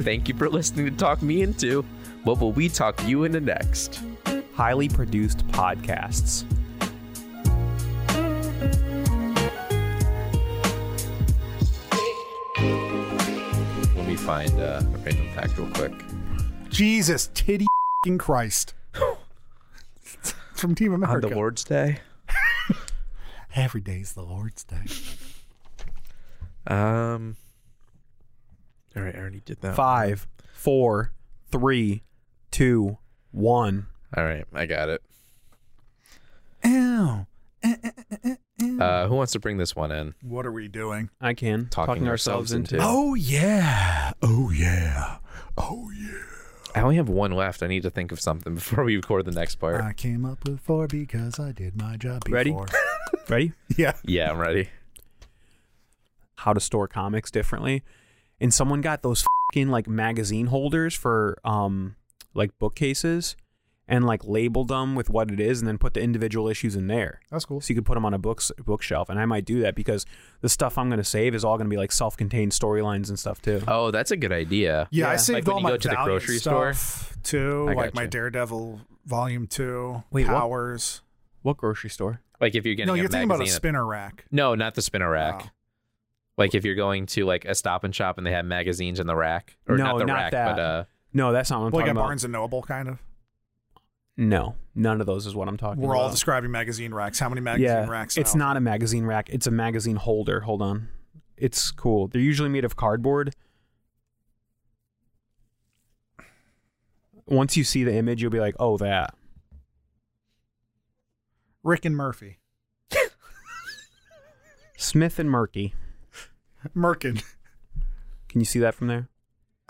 A: Thank you for listening to Talk Me Into. What will we talk you into next?
C: Highly produced podcasts.
A: Let me find uh, a random fact real quick.
B: Jesus, titty fing Christ. It's From Team
A: On
B: America.
A: the Lord's Day,
B: Every day's the Lord's Day.
A: um, all right, I already did that.
C: Five, four, three, two, one.
A: All right, I got it.
B: Ow.
A: Uh, who wants to bring this one in?
B: What are we doing?
C: I can.
A: Talking ourselves into.
B: Oh, yeah. Oh, yeah. Oh, yeah.
A: I only have one left. I need to think of something before we record the next part.
B: I came up with four because I did my job before.
C: Ready? Ready?
B: Yeah.
A: yeah, I'm ready.
C: How to store comics differently. And someone got those fucking like magazine holders for um like bookcases and like labeled them with what it is and then put the individual issues in there.
B: That's cool.
C: So you could put them on a books bookshelf and I might do that because the stuff I'm going to save is all going to be like self-contained storylines and stuff too.
A: Oh, that's a good idea.
B: Yeah, I
C: Yeah.
A: Like
B: saved
A: when
B: all
A: you
B: my
A: go to the
B: Valiant
A: grocery store?
B: stuff too,
A: I
B: like my
A: gotcha.
B: Daredevil Volume Two,
C: Wait, what?
B: Powers.
C: What grocery store?
A: Like if you're getting
B: No,
A: a
B: you're thinking
A: magazine
B: about a spinner rack.
A: No, not the spinner rack.
B: Oh.
A: Like if you're going to like a Stop and Shop and they have magazines in the rack, or
C: No,
A: not the
C: not
A: rack,
C: that.
A: but uh,
C: No, that's not what I'm
B: Like
C: talking
B: at
C: about.
B: Barnes and Noble, kind of.
C: No, none of those is what I'm talking
B: We're
C: about.
B: all describing magazine racks. How many magazine
C: yeah,
B: racks?
C: It's
B: now?
C: not a magazine rack. It's a magazine holder. Hold on. It's cool. They're usually made of cardboard. Once you see the image, you'll be like, "Oh, that."
B: Rick and Murphy,
C: Smith and Murky.
B: Merkin.
C: Can you see that from there?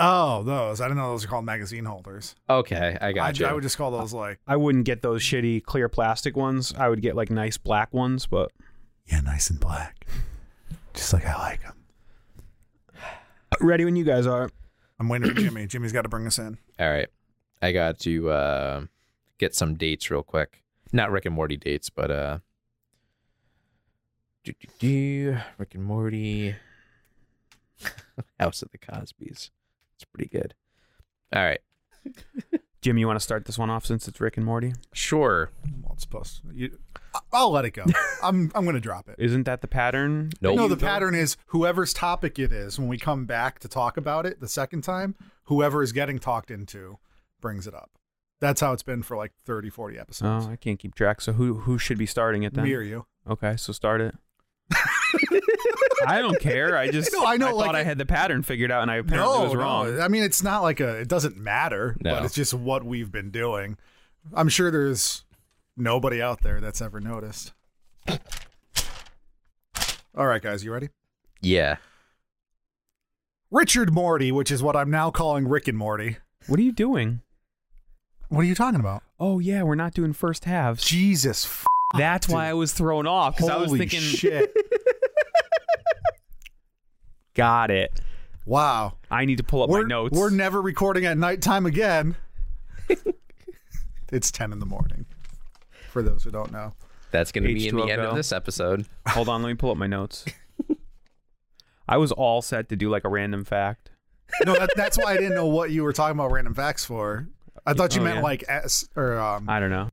B: Oh, those. I didn't know those are called magazine holders.
A: okay, I got
B: I,
A: you.
B: I would just call those like
C: I wouldn't get those shitty clear plastic ones. I would get like nice black ones, but
B: yeah, nice and black, just like I like them.
C: ready when you guys are.
B: I'm waiting for Jimmy. Jimmy's got to bring us in.
A: All right, I got to uh, get some dates real quick. Not Rick and Morty dates, but uh, do-do-do, Rick and Morty, House of the Cosbys. It's pretty good. All right,
C: Jim, you want to start this one off since it's Rick and Morty?
A: sure.
B: Well, it's supposed. To, you, I- I'll let it go. I'm I'm gonna drop it.
C: Isn't that the pattern?
A: Nope.
B: No, the pattern is whoever's topic it is, when we come back to talk about it the second time, whoever is getting talked into brings it up. That's how it's been for like 30, 40
C: Oh,
B: episodes.
C: I can't keep track. So who who should be starting it then?
B: Me or you.
C: Okay, so start it. I don't care. I just
B: No, I know, like-
C: thought I had the pattern figured out, and I apparently was wrong.
B: I mean, it's not like a, it doesn't matter,
A: No.
B: but it's just what we've been doing. I'm sure there's nobody out there that's ever noticed. All right, guys, you ready?
A: Yeah.
B: Richard Morty, which is what I'm now calling Rick and Morty.
C: What are you doing?
B: What are you talking about?
C: Oh yeah, we're not doing first halves.
B: Jesus. F-
C: That's why I was thrown off because I was
B: holy
C: thinking,
B: shit.
C: got it.
B: Wow.
C: I need to pull up
B: we're,
C: my notes.
B: we're never recording at nighttime again. it's 10 in the morning, for those who don't know.
A: That's going to be in the end
C: H2O.
A: of this episode.
C: Hold on, let me pull up my notes. I was all set to do like a random fact.
B: No, that, that's why I didn't know what you were talking about random facts for. I thought you
C: Oh,
B: meant
C: yeah.
B: like S or um,
C: I don't know.